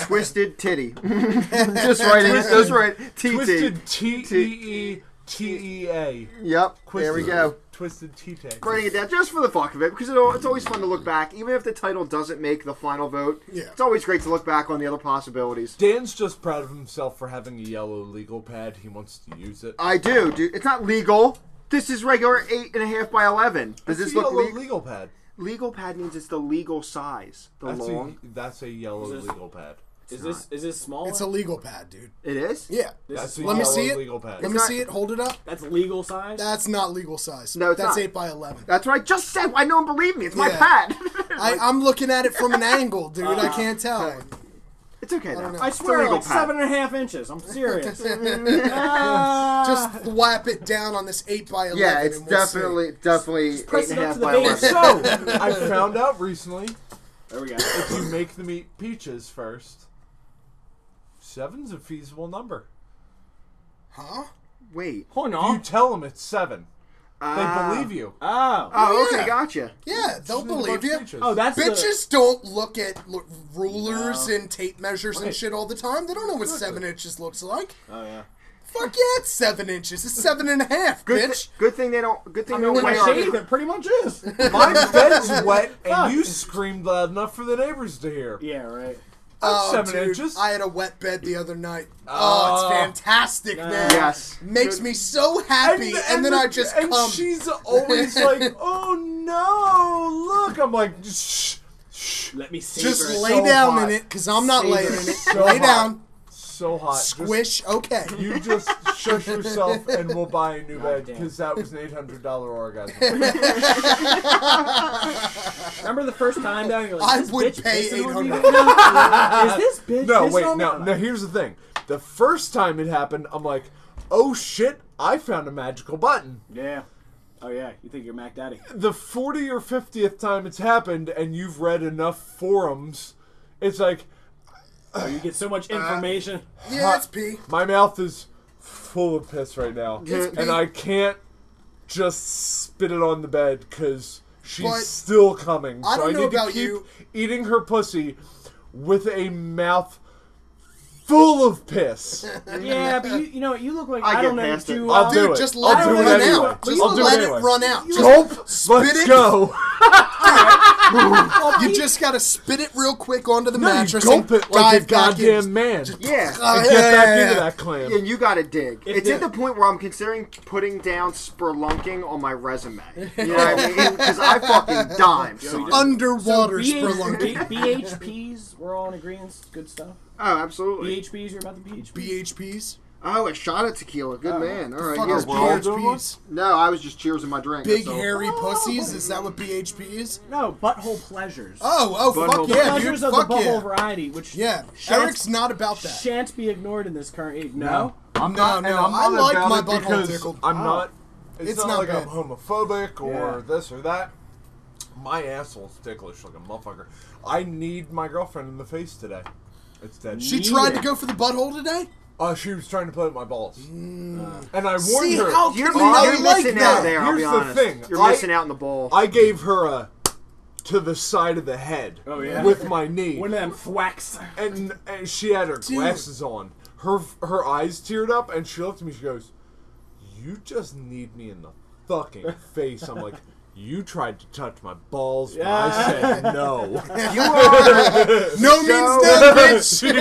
Twisted titty. Just right in. That's right. TT. Twisted T E E T E A. Yep. There we go. Twisted T T. Writing it down just for the fuck of it because it, al- it's always fun to look back, even if the title doesn't make the final vote. Yeah. It's always great to look back on the other possibilities. Dan's just proud of himself for having a yellow legal pad. He wants to use Uh, it. I do, dude. It's not legal. This is regular eight and a half by eleven. Does It's this a look yellow legal? legal pad? legal pad means it's the legal size, the That's a, long. that's a yellow Is this- legal pad. Is this is this small? It's a legal pad, dude. It is. Yeah. That's a Let me yellow see it. legal pad. Let me not- see it. Hold it up. That's legal size. That's not legal size. No, it's that's not. eight by eleven. That's what I just said. Why no one believe me? It's my Yeah. pad. I, I'm looking at it from an angle, dude. I Uh, can't tell. it's okay though. know. I It's a swear, legal like seven and a half inches. I'm serious. Ah. Just thwap it down on this eight by eleven. Yeah, it's and we'll see. definitely definitely press eight it and a up half to the by base. eleven. So I found out recently there we go. if you make them eat peaches first, seven's a feasible number. Huh? Wait. Hold You on. tell them it's seven. Ah. They believe you. Oh, Oh, Yeah. okay, gotcha. Yeah, they'll believe you. oh, that's the- Bitches don't look at l- rulers and tape measures and Right. shit all the time. They don't know what seven inches looks like. Oh yeah. Fuck yeah, it's seven inches. It's seven and a half, Good, bitch. thi- good thing they don't. Good thing I they mean, don't when weigh I our. shave, it pretty much is. My bed's wet, and you screamed loud enough for the neighbors to hear. yeah, right. Oh, seven dude, inches. I had a wet bed the other night. Oh. Oh, it's fantastic, man. Yes. Makes Good. me so happy, and, then the- I just and come. she's always like, "Oh no, look!" I'm like, "Shh, shh." Let me see. Just It's lay so down hot. in it, cause I'm not Savor laying in is it. so lay hot. down, So hot. Just- squish. Okay. you just shush yourself, and we'll buy a new bed damn. because that was an eight hundred dollar orgasm. Remember the first time though? You're like, I this would bitch pay pissing on me $800. right now? Is this bitch? No, pissing wait, on me? no, I'm no. like, Here's the thing. The first time it happened, I'm like, oh shit, I found a magical button. Yeah. Oh yeah, you think you're Mac Daddy? The 40 or 50th time it's happened, and you've read enough forums, it's like, Oh, you get so much Uh, information. Huh. Yeah, it's P. my mouth is full of piss right now. It's and I can't just spit it on the bed because she's But- still coming. I so don't I know need about to keep you. eating her pussy with a mouth full of piss. yeah, but you, you know you look like I I, get don't know past if you. it. Uh, I'll do Dude, it. just I'll let it do run anyway. out. Just I'll do let it, anyway. it run out. Just Nope. spit Let's it. go. You just gotta spit it real quick onto the No, you mattress gulp and it like a dive back in. goddamn man. Get Yeah. Uh, back yeah. into that clam. And you gotta dig. If it's the- at the point where I'm considering putting down spurlunking on my resume. You know what I mean? Because I fucking dime, son. Oh, Underwater BH spelunking. BHPs, we're all in agreement. Good stuff. oh, absolutely. BHPs, you're about the BHPs. BHPs. Oh, a shot of tequila. Good man. All right. Fuck yeah, is we're all all- doing one? BHPs. no, I was just cheersing my drink. Big so- hairy Oh. pussies. Is that what BHP is? no, butthole pleasures. Oh, oh, Butthole fuck yeah, dude. pleasures of Fuck the butthole yeah. variety, which Yeah, shan't, Eric's not about that. shan't be ignored in this current age. No, Oh, I'm No, no, and I like about my it butthole because tickled. I'm Oh. not. It's, It's not, not like I'm bad. homophobic or Yeah. this or that. My asshole's ticklish like a motherfucker. I need my girlfriend in the face today. It's dead. She Me tried to neither. go for the butthole today? uh, she was trying to play with my balls, Uh, and I warned Mm. See, her. how You're, can we you're not missing like out that? there. I'll Here's be the honest. thing. You're I- missing out in the ball. I gave her a to the side of the head Oh, yeah. with my knee, one of them thwacks. and, and she had her glasses on. Her her eyes teared up, and she looked at me. She goes, "You just need me in the fucking face." I'm like, "You tried to touch my balls, but I said no." you are. No means no, bitch.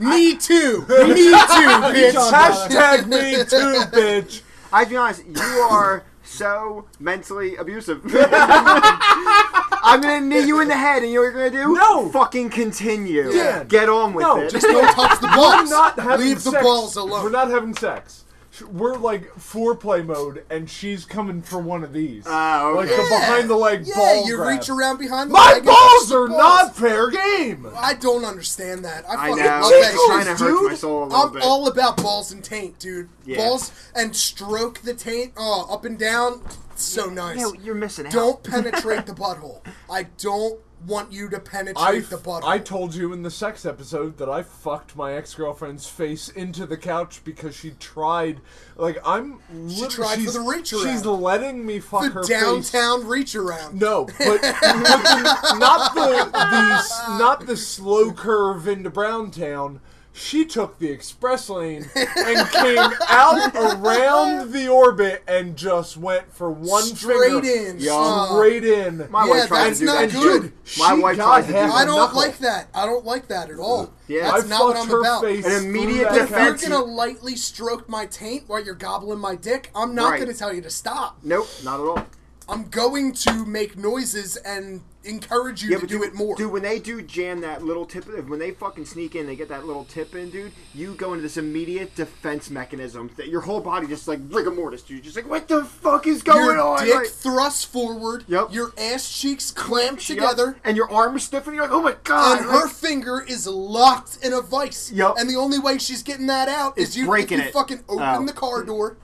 Me too. Me too, bitch. Hashtag me too, bitch. I'll be honest. You are so mentally abusive. I'm gonna knee you in the head, and you know what you're gonna do? No. Fucking continue. Yeah. Get on with No, it. Just don't touch the balls. We're not having Leave sex. the balls We're alone. not having sex. Sh- We're like foreplay mode, and she's coming for one of these. Oh, Like the okay. behind the leg Ah, yeah, ball you grab. reach around behind the leg My and touch balls the are not fair game. I don't understand that. I I fucking know. love It's that trying shit. to hurt my dude. soul a little I'm bit. all about balls and taint, dude. Yeah. Balls and stroke the taint, oh, up and down, so nice. No, you're missing out. don't penetrate the butthole. I don't want you to penetrate I, the butthole. I told you in the sex episode that I fucked my ex girlfriend's face into the couch because she tried. Like I'm. She tried for the reach around. She's letting me fuck the her face. downtown reach around. No, but, but the- not the, the not the slow curve into Browntown. She took the express lane and came out around the orbit and just went for one Straight finger, in. Yo. straight in. My Yeah, wife tried that's to do not that. good. shit. She My wife got tried to do half that. I don't knuckle. like that. I don't like that at all. Yeah. That's I not what fucked I'm her about. face. An immediate through that If you're defense. couch. gonna lightly stroke my taint while you're gobbling my dick, I'm not Right. gonna tell you to stop. Nope, not at all. I'm going to make noises and encourage you to do dude, it more. Dude, when they do jam that little tip, when they fucking sneak in, they get that little tip in, dude. You go into this immediate defense mechanism that your whole body just like rigor mortis, dude. Just like, what the fuck is going your on? dick Like, thrusts forward, Yep. your ass cheeks clamped yup. together, and your arm is stiff, and you're like, oh my god. and like- her finger is locked in a vice. Yup. And the only way she's getting that out Is is you, if breaking you it. fucking open Oh. the car door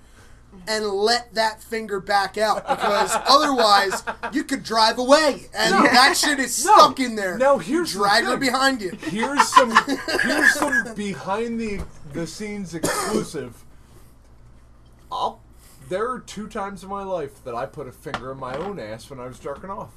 and let that finger back out because otherwise you could drive away and that shit is No. stuck in there. Now, here's the drag her thing. behind you. Here's some here's some behind the the scenes exclusive. I'll, there are two times in my life that I put a finger in my own ass when I was jerking off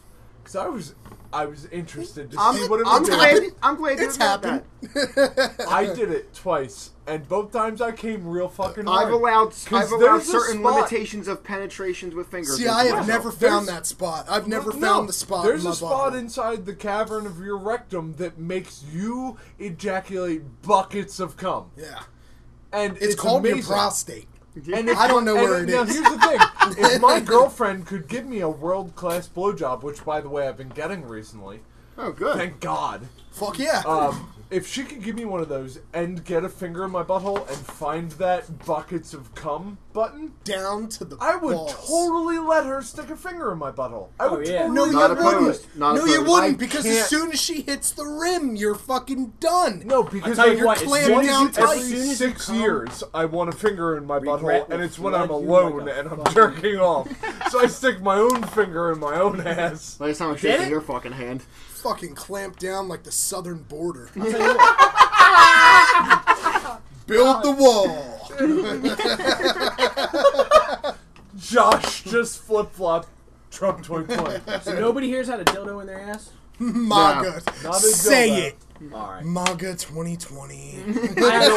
because I was I was interested to I'm, see what it I'm would glad. do. I'm glad you It's admit happened. that. I did it twice, and both times I came real fucking hard. I've allowed. 'Cause I've allowed there's a certain spot- limitations of penetrations with fingers. See, as I well. have never found There's- that spot. I've never No, found the spot. There's in my a spot butthole. inside the cavern of your rectum that makes you ejaculate buckets of cum, Yeah. and It's, it's, called amazing. your prostate. And if- I don't know and where it now is. here's the thing: if my girlfriend could give me a world class blowjob, which by the way I've been getting recently, Oh, good. thank God. Fuck yeah. Um, If she could give me one of those and get a finger in my butthole and find that buckets of cum button, Down to the I would balls. totally let her stick a finger in my butthole. I would Oh, yeah. totally No, Not you opposed. wouldn't. Not no, you opposed. wouldn't I because as can't- soon as she hits the rim, you're fucking done. No, because tell I you what, as soon one as you- down every as soon as you six come- years, I want a finger in my butthole, Regret and will it's when flood I'm you like alone a and I'm fucking- jerking off. so I stick my own finger in my own ass. Last time I shook it? in your fucking hand. Fucking clamped down like the southern border. I'll tell you what, Build the wall. Josh just flip flop Trump 2020. so nobody here's had a dildo in their ass. MAGA. Not a dildo. Say it. All right. MAGA 2020. I had,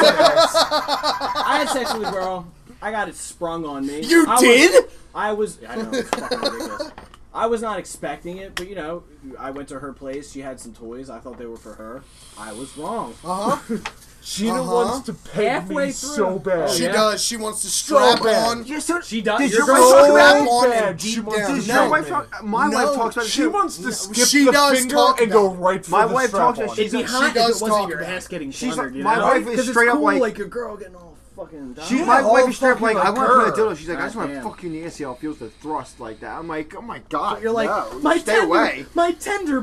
I had sex with a girl. I got it sprung on me. You I was- did? I was. I know. It's fucking ridiculous. I was not expecting it, but you know, I went to her place. She had some toys. I thought they were for her. I was wrong. Uh huh. Gina Uh-huh. wants to peg Halfway me through. so bad. Oh, She yeah. does. She wants to strap bad. on. Yes, sir. She does. Did Your you girl- so strap bad? on and bad. deep She wants down. to Your No. wife talk- my No. wife talks about She it. wants to skip she the does finger talk and go about it. right for My the wife talks strap-on. about It'd be She hot if does it wasn't talk your about ass getting She's plundered. like- you my know? wife is 'Cause it's straight up cool, like- like your girl getting all fucking. She, She, Yeah, my all wife is straight up like, fucking I like want to put a her. dildo. She's like, I just want to Goddamn. fucking knee and see how it feels to thrust like that. I'm like, oh my god. you're like no, my stay tender, away. my tender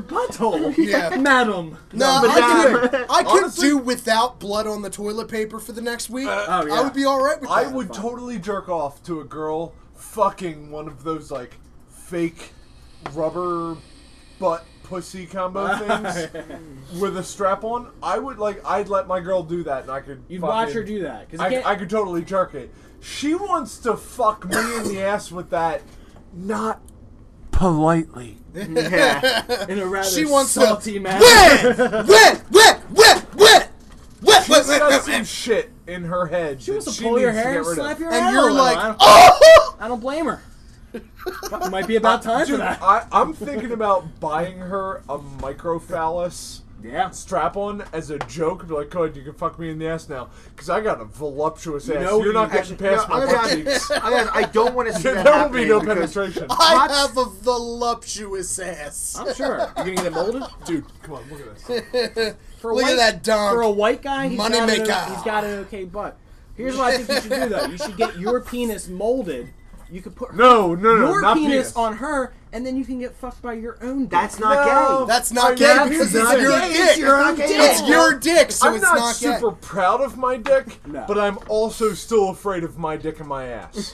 butthole, Yeah. madam. No, But I then- could, I could Honestly- do without blood on the toilet paper for the next week. oh, yeah. I would be all right with I that. would totally jerk off to a girl fucking one of those like fake rubber butt pussy combo things with a strap on. I would like I'd let my girl do that and I could You'd fucking- watch her do that because I, I could totally jerk it. She wants to fuck me in the ass with that not politely. Yeah. in a rather She wants to- salty manner. Wet, wet, wet, wet, wet, wet, wet, She's got wet, some wet. shit in her head. She wants to that pull your needs hair get and rid of. slap your And ass. you're out. like, I don't, Oh! I don't blame her. It might be about time for Dude, that. I, I'm thinking about buying her a microphallus yeah. strap on as a joke. Be like, God, you can fuck me in the ass now. Because I got a voluptuous ass. know You're not you- getting past No, I'm my gonna butt be honest. cheeks. I'm gonna be honest, I don't want to see that There will be happening no because penetration. I have a voluptuous ass. I'm sure. You're gonna get it molded? Dude, come on, look at this. For a Look at white, that dunk. For a white guy, he's Money got, an, maker. he's got an okay butt. Here's what I think you should do though. You should get your penis molded. You could put No, no, no, your not penis, penis. on her, and then you can get fucked by your own dick. that's not No. gay. Oh, That's not Are gay you because not it's your gay? dick. It's your own dick. It's your dick, so I'm it's not, not super gay. proud of my dick, No. but I'm also still afraid of my dick and my ass.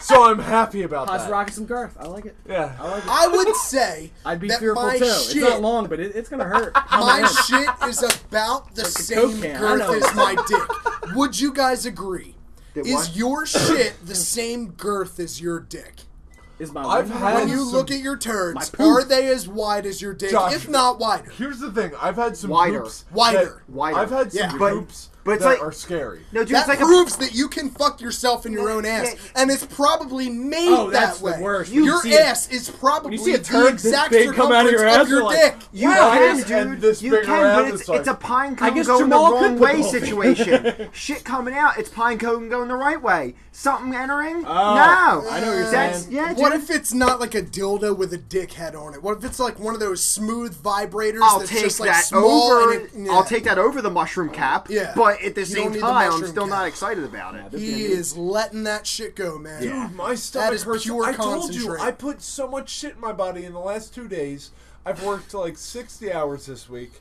so I'm happy about Let's that. rock some girth. I like it. Yeah. I like it. I would say I'd be that fearful my too. shit, It's not long, but it, it's gonna hurt. my shit is about the same coke can. I know. girth as my dick. Would you guys agree? That Is what? your shit the same girth as your dick? Is my I've one- had- When you Some- look at your turds, poop. are they as wide as your dick? Josh. If not wider. Here's the thing. I've had some Wider. poops Wider. that- Wider. I've had some Yeah. But- poops but it's that like- are scary. No, dude, that it's like a proves that you can fuck yourself in your own ass, yeah. and it's probably made Oh, that's that way. the worst. Your You see it- ass is probably you see a turd the this exact big circumference come out of your ass, of your you're like, dick. You Wow, I can, guess- dude. and this you big can, around but it's, is like- it's a pine I cone guess going Jamal the could wrong put way both. situation. Shit coming out, it's pine cone going the right way. Something entering? Oh, no. I know what you're That's, saying. Yeah, dude. What if it's not like a dildo with a dick head on it? What if it's like one of those smooth vibrators I'll that's take just like that small over. and it- yeah. I'll take that over the mushroom cap. Yeah. But at the You don't same need the time, I'm mushroom still not cap. excited about it. Yeah, He is letting that shit go, man. Yeah. My stomach is hurts. pure I told you, concentrate. I put so much shit in my body in the last two days. I've worked like sixty hours this week.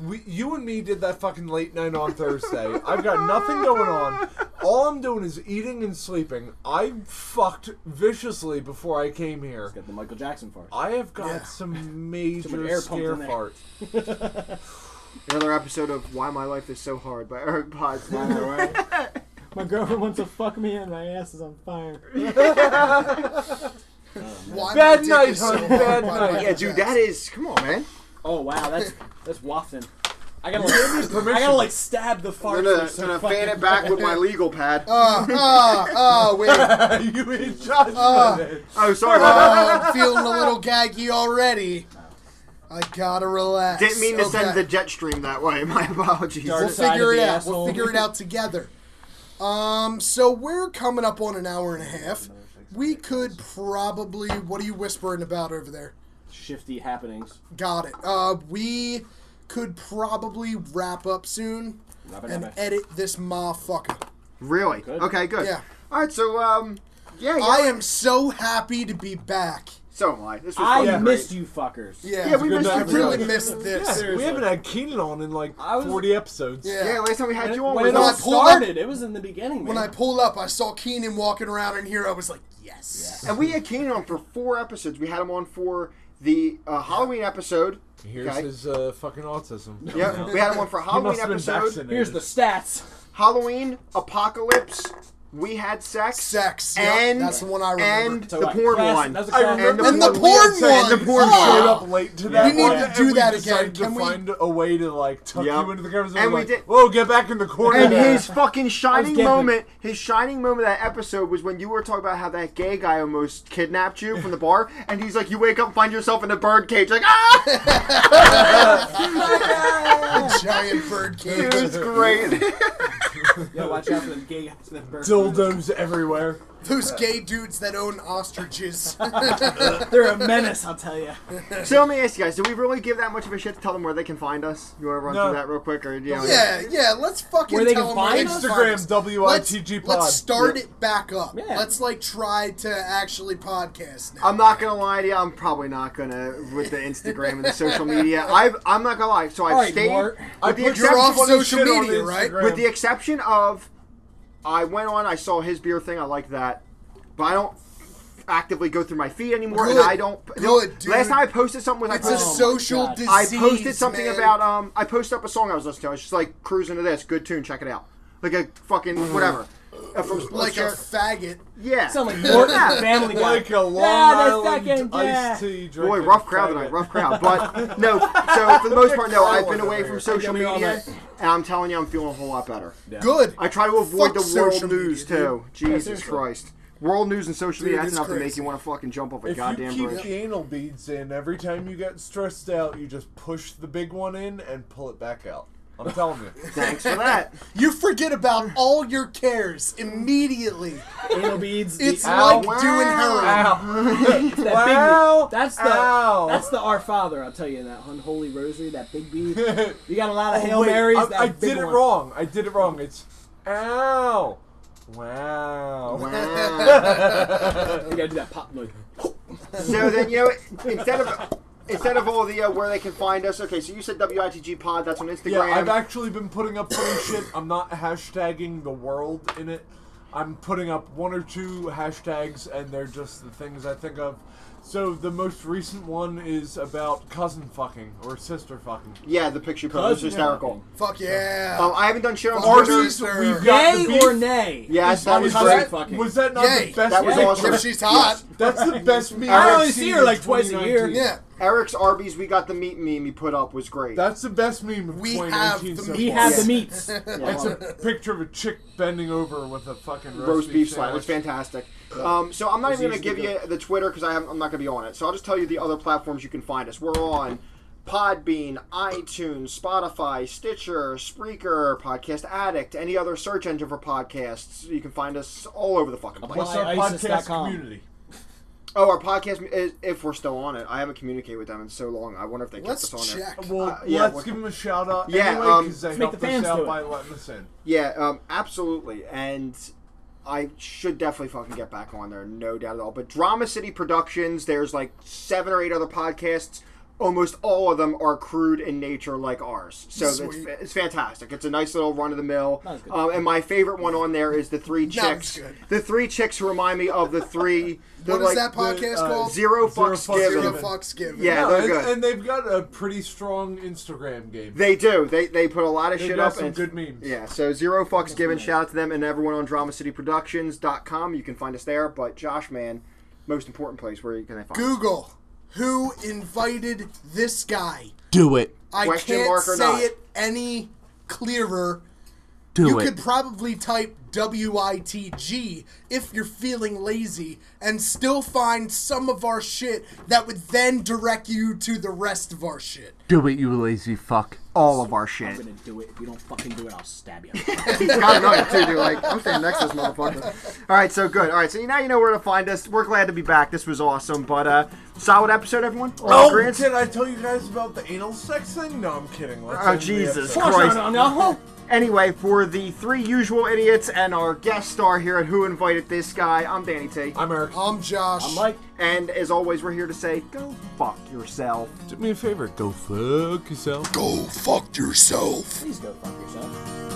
We, you and me did that fucking late night on Thursday. I've got nothing going on. All I'm doing is eating and sleeping. I fucked viciously before I came here. Got the Michael Jackson fart. I have got Yeah. some much major air pumped scare in there. fart. Another episode of Why My Life Is So Hard by Eric Potts. My girlfriend wants to fuck me and my ass is on fire. Why Bad my dick night, is hon. hard? Bad Why my night. yeah, dude, that is. Come on, man. Oh wow, that's that's wafting. I gotta like, I gotta like stab the fart. so fucking- back with my legal pad. Uh, uh, uh, wait. you ain't Josh. oh, sorry about that. Uh, I'm feeling a little gaggy already. I gotta relax. Didn't mean to send Okay. the jet stream that way. My apologies. Dark We'll side figure it of the out. asshole. We'll figure it out together. Um, so we're coming up on an hour and a half. We could probably. What are you whispering about over there? Shifty happenings. Got it. Uh, we could probably wrap up soon Wrap it and up. edit this motherfucker. Really? Good. Okay, good. Yeah. All right, so um, yeah, yeah. I am so happy to be back. So am I. This was I fucking missed great. you fuckers. Yeah, Yeah, we Good missed night, you I really everybody. missed this. Yeah, we Seriously. haven't had Keenan on in like I was- 40 episodes. Yeah. Yeah, last time we had When it, you on when was it I all on. pulled up- started, it was in the beginning, man. When I pulled up, I saw Keenan walking around in here. I was like, yes. And we had Keenan on for four episodes. We had him on for the uh, Halloween episode. Here's Okay. his uh, fucking autism. Yeah, we had him on for He Halloween must have been episode. vaccinated. Here's the stats. Halloween, apocalypse, we had sex, Sex. Yep, and that's the one I remember. and So, the like, porn classic- one. that's a I classic- remember And the when we had porn sex- one! And the porn Ah! showed up late to that. We need one, to and do we that decided again. Can to we- find a way to like tuck Yep. you into the conversation. And we like, did- Whoa, get back in the corner. and there." his fucking shining dead. moment, his shining moment of that episode was when you were talking about how that gay guy almost kidnapped you from the bar, and he's like, you wake up and find yourself in a bird cage, like ah, A giant bird it cage. was great. Yo, watch out for the gay guys that bird. dildos everywhere. Those gay dudes that own ostriches. They're a menace, I'll tell you. so let me ask you guys, do we really give that much of a shit to tell them where they can find us? You want to run No. through that real quick, or you know, yeah, yeah. Let's fucking Where they tell can them where find they us? can find Instagram us. Let's, WITG pod. let's start it back up. Yeah. Let's like try to actually podcast now. I'm not gonna lie to you. I'm probably not gonna with the Instagram and the social media. I've I'm not gonna lie. So I've All right, stayed Mort. with I the put your exception- off funny social shit on media, right? Instagram. with the exception of I went on, I saw his beer thing, I liked that. But I don't actively go through my feed anymore and Good. I don't Good, no, dude. last time I posted something was It's I a posted, Oh my social God. disease. I posted something man. about um I posted up a song I was listening to. I was just like cruising to this, good tune, check it out. Like a fucking whatever. Uh, from Split like a Share. faggot. yeah. Sound like Morton Yeah. Family Guy. like uh, a Long yeah, the Island second, yeah. iced tea drink. Boy, rough crowd tonight, rough crowd. But no, so for the most part, no, I've been away from social Give me all media, that. and I'm telling you, I'm feeling a whole lot better. Good. I try to Fuck avoid the world social news media, too. Jesus seriously. Christ, world news and social Dude, media—that's it's enough to make crazy. you want to fucking jump off a If you goddamn keep bridge. the anal beads in, every time you get stressed out, you just push the big one in and pull it back out. I'm telling you. Thanks for that. You forget about all your cares immediately. Anal beads. the- It's Ow. like doing heroin. it's that Wow. big bead. That's the Ow. that's the Our Father. I'll tell you in that unholy rosary, that big bead. Ow. You got a lot of Oh, hail wait, marys. I, that I big did it one. wrong. I did it wrong. It's ow. Wow. Wow. You gotta do that pop noise. so then you know, instead of instead of all the uh, where they can find us. Okay, so you said WITG Pod. That's on Instagram. Yeah, I've actually been putting up funny shit. I'm not hashtagging the world in it. I'm putting up one or two hashtags, and they're just the things I think of. So the most recent one is about cousin fucking or sister fucking. yeah, the picture pose was hysterical. Fuck yeah. Um, I haven't done shit on Arby's Twitter. is Sister. we've got Yay the beef. or nay? Yes, that was was, cousin great. that, fucking. was that not Yay. the best? That was thing? awesome. If she's hot. That's the best meme. I I've only see seen her, in like, twice a year. 2019. Yeah. Eric's Arby's. We got the meat meme he put up was great. That's the best meme of We 2019 have the so meme. He far. has Yeah. the meats. It's a picture of a chick bending over with a fucking roast, roast beef slide. It was sandwich. fantastic. Um, so I'm not even going to easy to give you the Twitter because I'm not going to be on it. So I'll just tell you the other platforms you can find us. We're on Podbean, iTunes, Spotify, Stitcher, Spreaker, Podcast Addict, any other search engine for podcasts. You can find us all over the fucking place. What's our podcast Isis.com. community? Oh, our podcast, is, if we're still on it, I haven't communicated with them in so long. I wonder if they kept Let's us on there. check. Well, yeah, let's what- give them a shout out. Yeah, anyway, um, 'cause they Let's make helped the us fans do out it. by letting us in. Yeah, um, absolutely. And I should definitely fucking get back on there, no doubt at all. But Drama City Productions, there's like seven or eight other podcasts. Almost all of them are crude in nature, like ours. So it's, Sweet. it's fantastic. It's a nice little run of the mill. That was good. Um, and my favorite one on there is the three That was chicks. good. The three chicks who remind me of the three. What they're is like that podcast uh, called? Zero Zero fucks fucks given. Zero Given. fucks given. Yeah. No, they're and, good. and they've got a pretty strong Instagram game. They do. They they put a lot of They've shit got up. some and- good memes. Yeah. So zero fucks given. Shout out to them and everyone on DramaCityProductions.com. You can find us there. But Josh, man, most important place where you can find us. Google who invited this guy. Do it. I Question can't mark or say not? it any clearer. Do you it. could probably type W I T G if you're feeling lazy and still find some of our shit that would then direct you to the rest of our shit. Do it, you lazy fuck. all of our I'm shit. gonna do it. If you don't fucking do it, I'll stab you. He's got a knife too, dude. Like I'm standing next to this motherfucker. All right. So good. All right. So now you know where to find us. We're glad to be back. This was awesome. But uh, Solid episode, everyone. Oh, Grants? did I tell you guys about the anal sex thing? No, I'm kidding. Let's Oh, end the Jesus. episode. Come on, Christ. Sean, no, no. Anyway, for the three usual idiots and our guest star here at Who Invited This Guy, I'm Danny T. I'm Eric. I'm Josh. I'm like, And as always, we're here to say, go fuck yourself. Do me a favor, go fuck yourself. go fuck yourself. please go fuck yourself.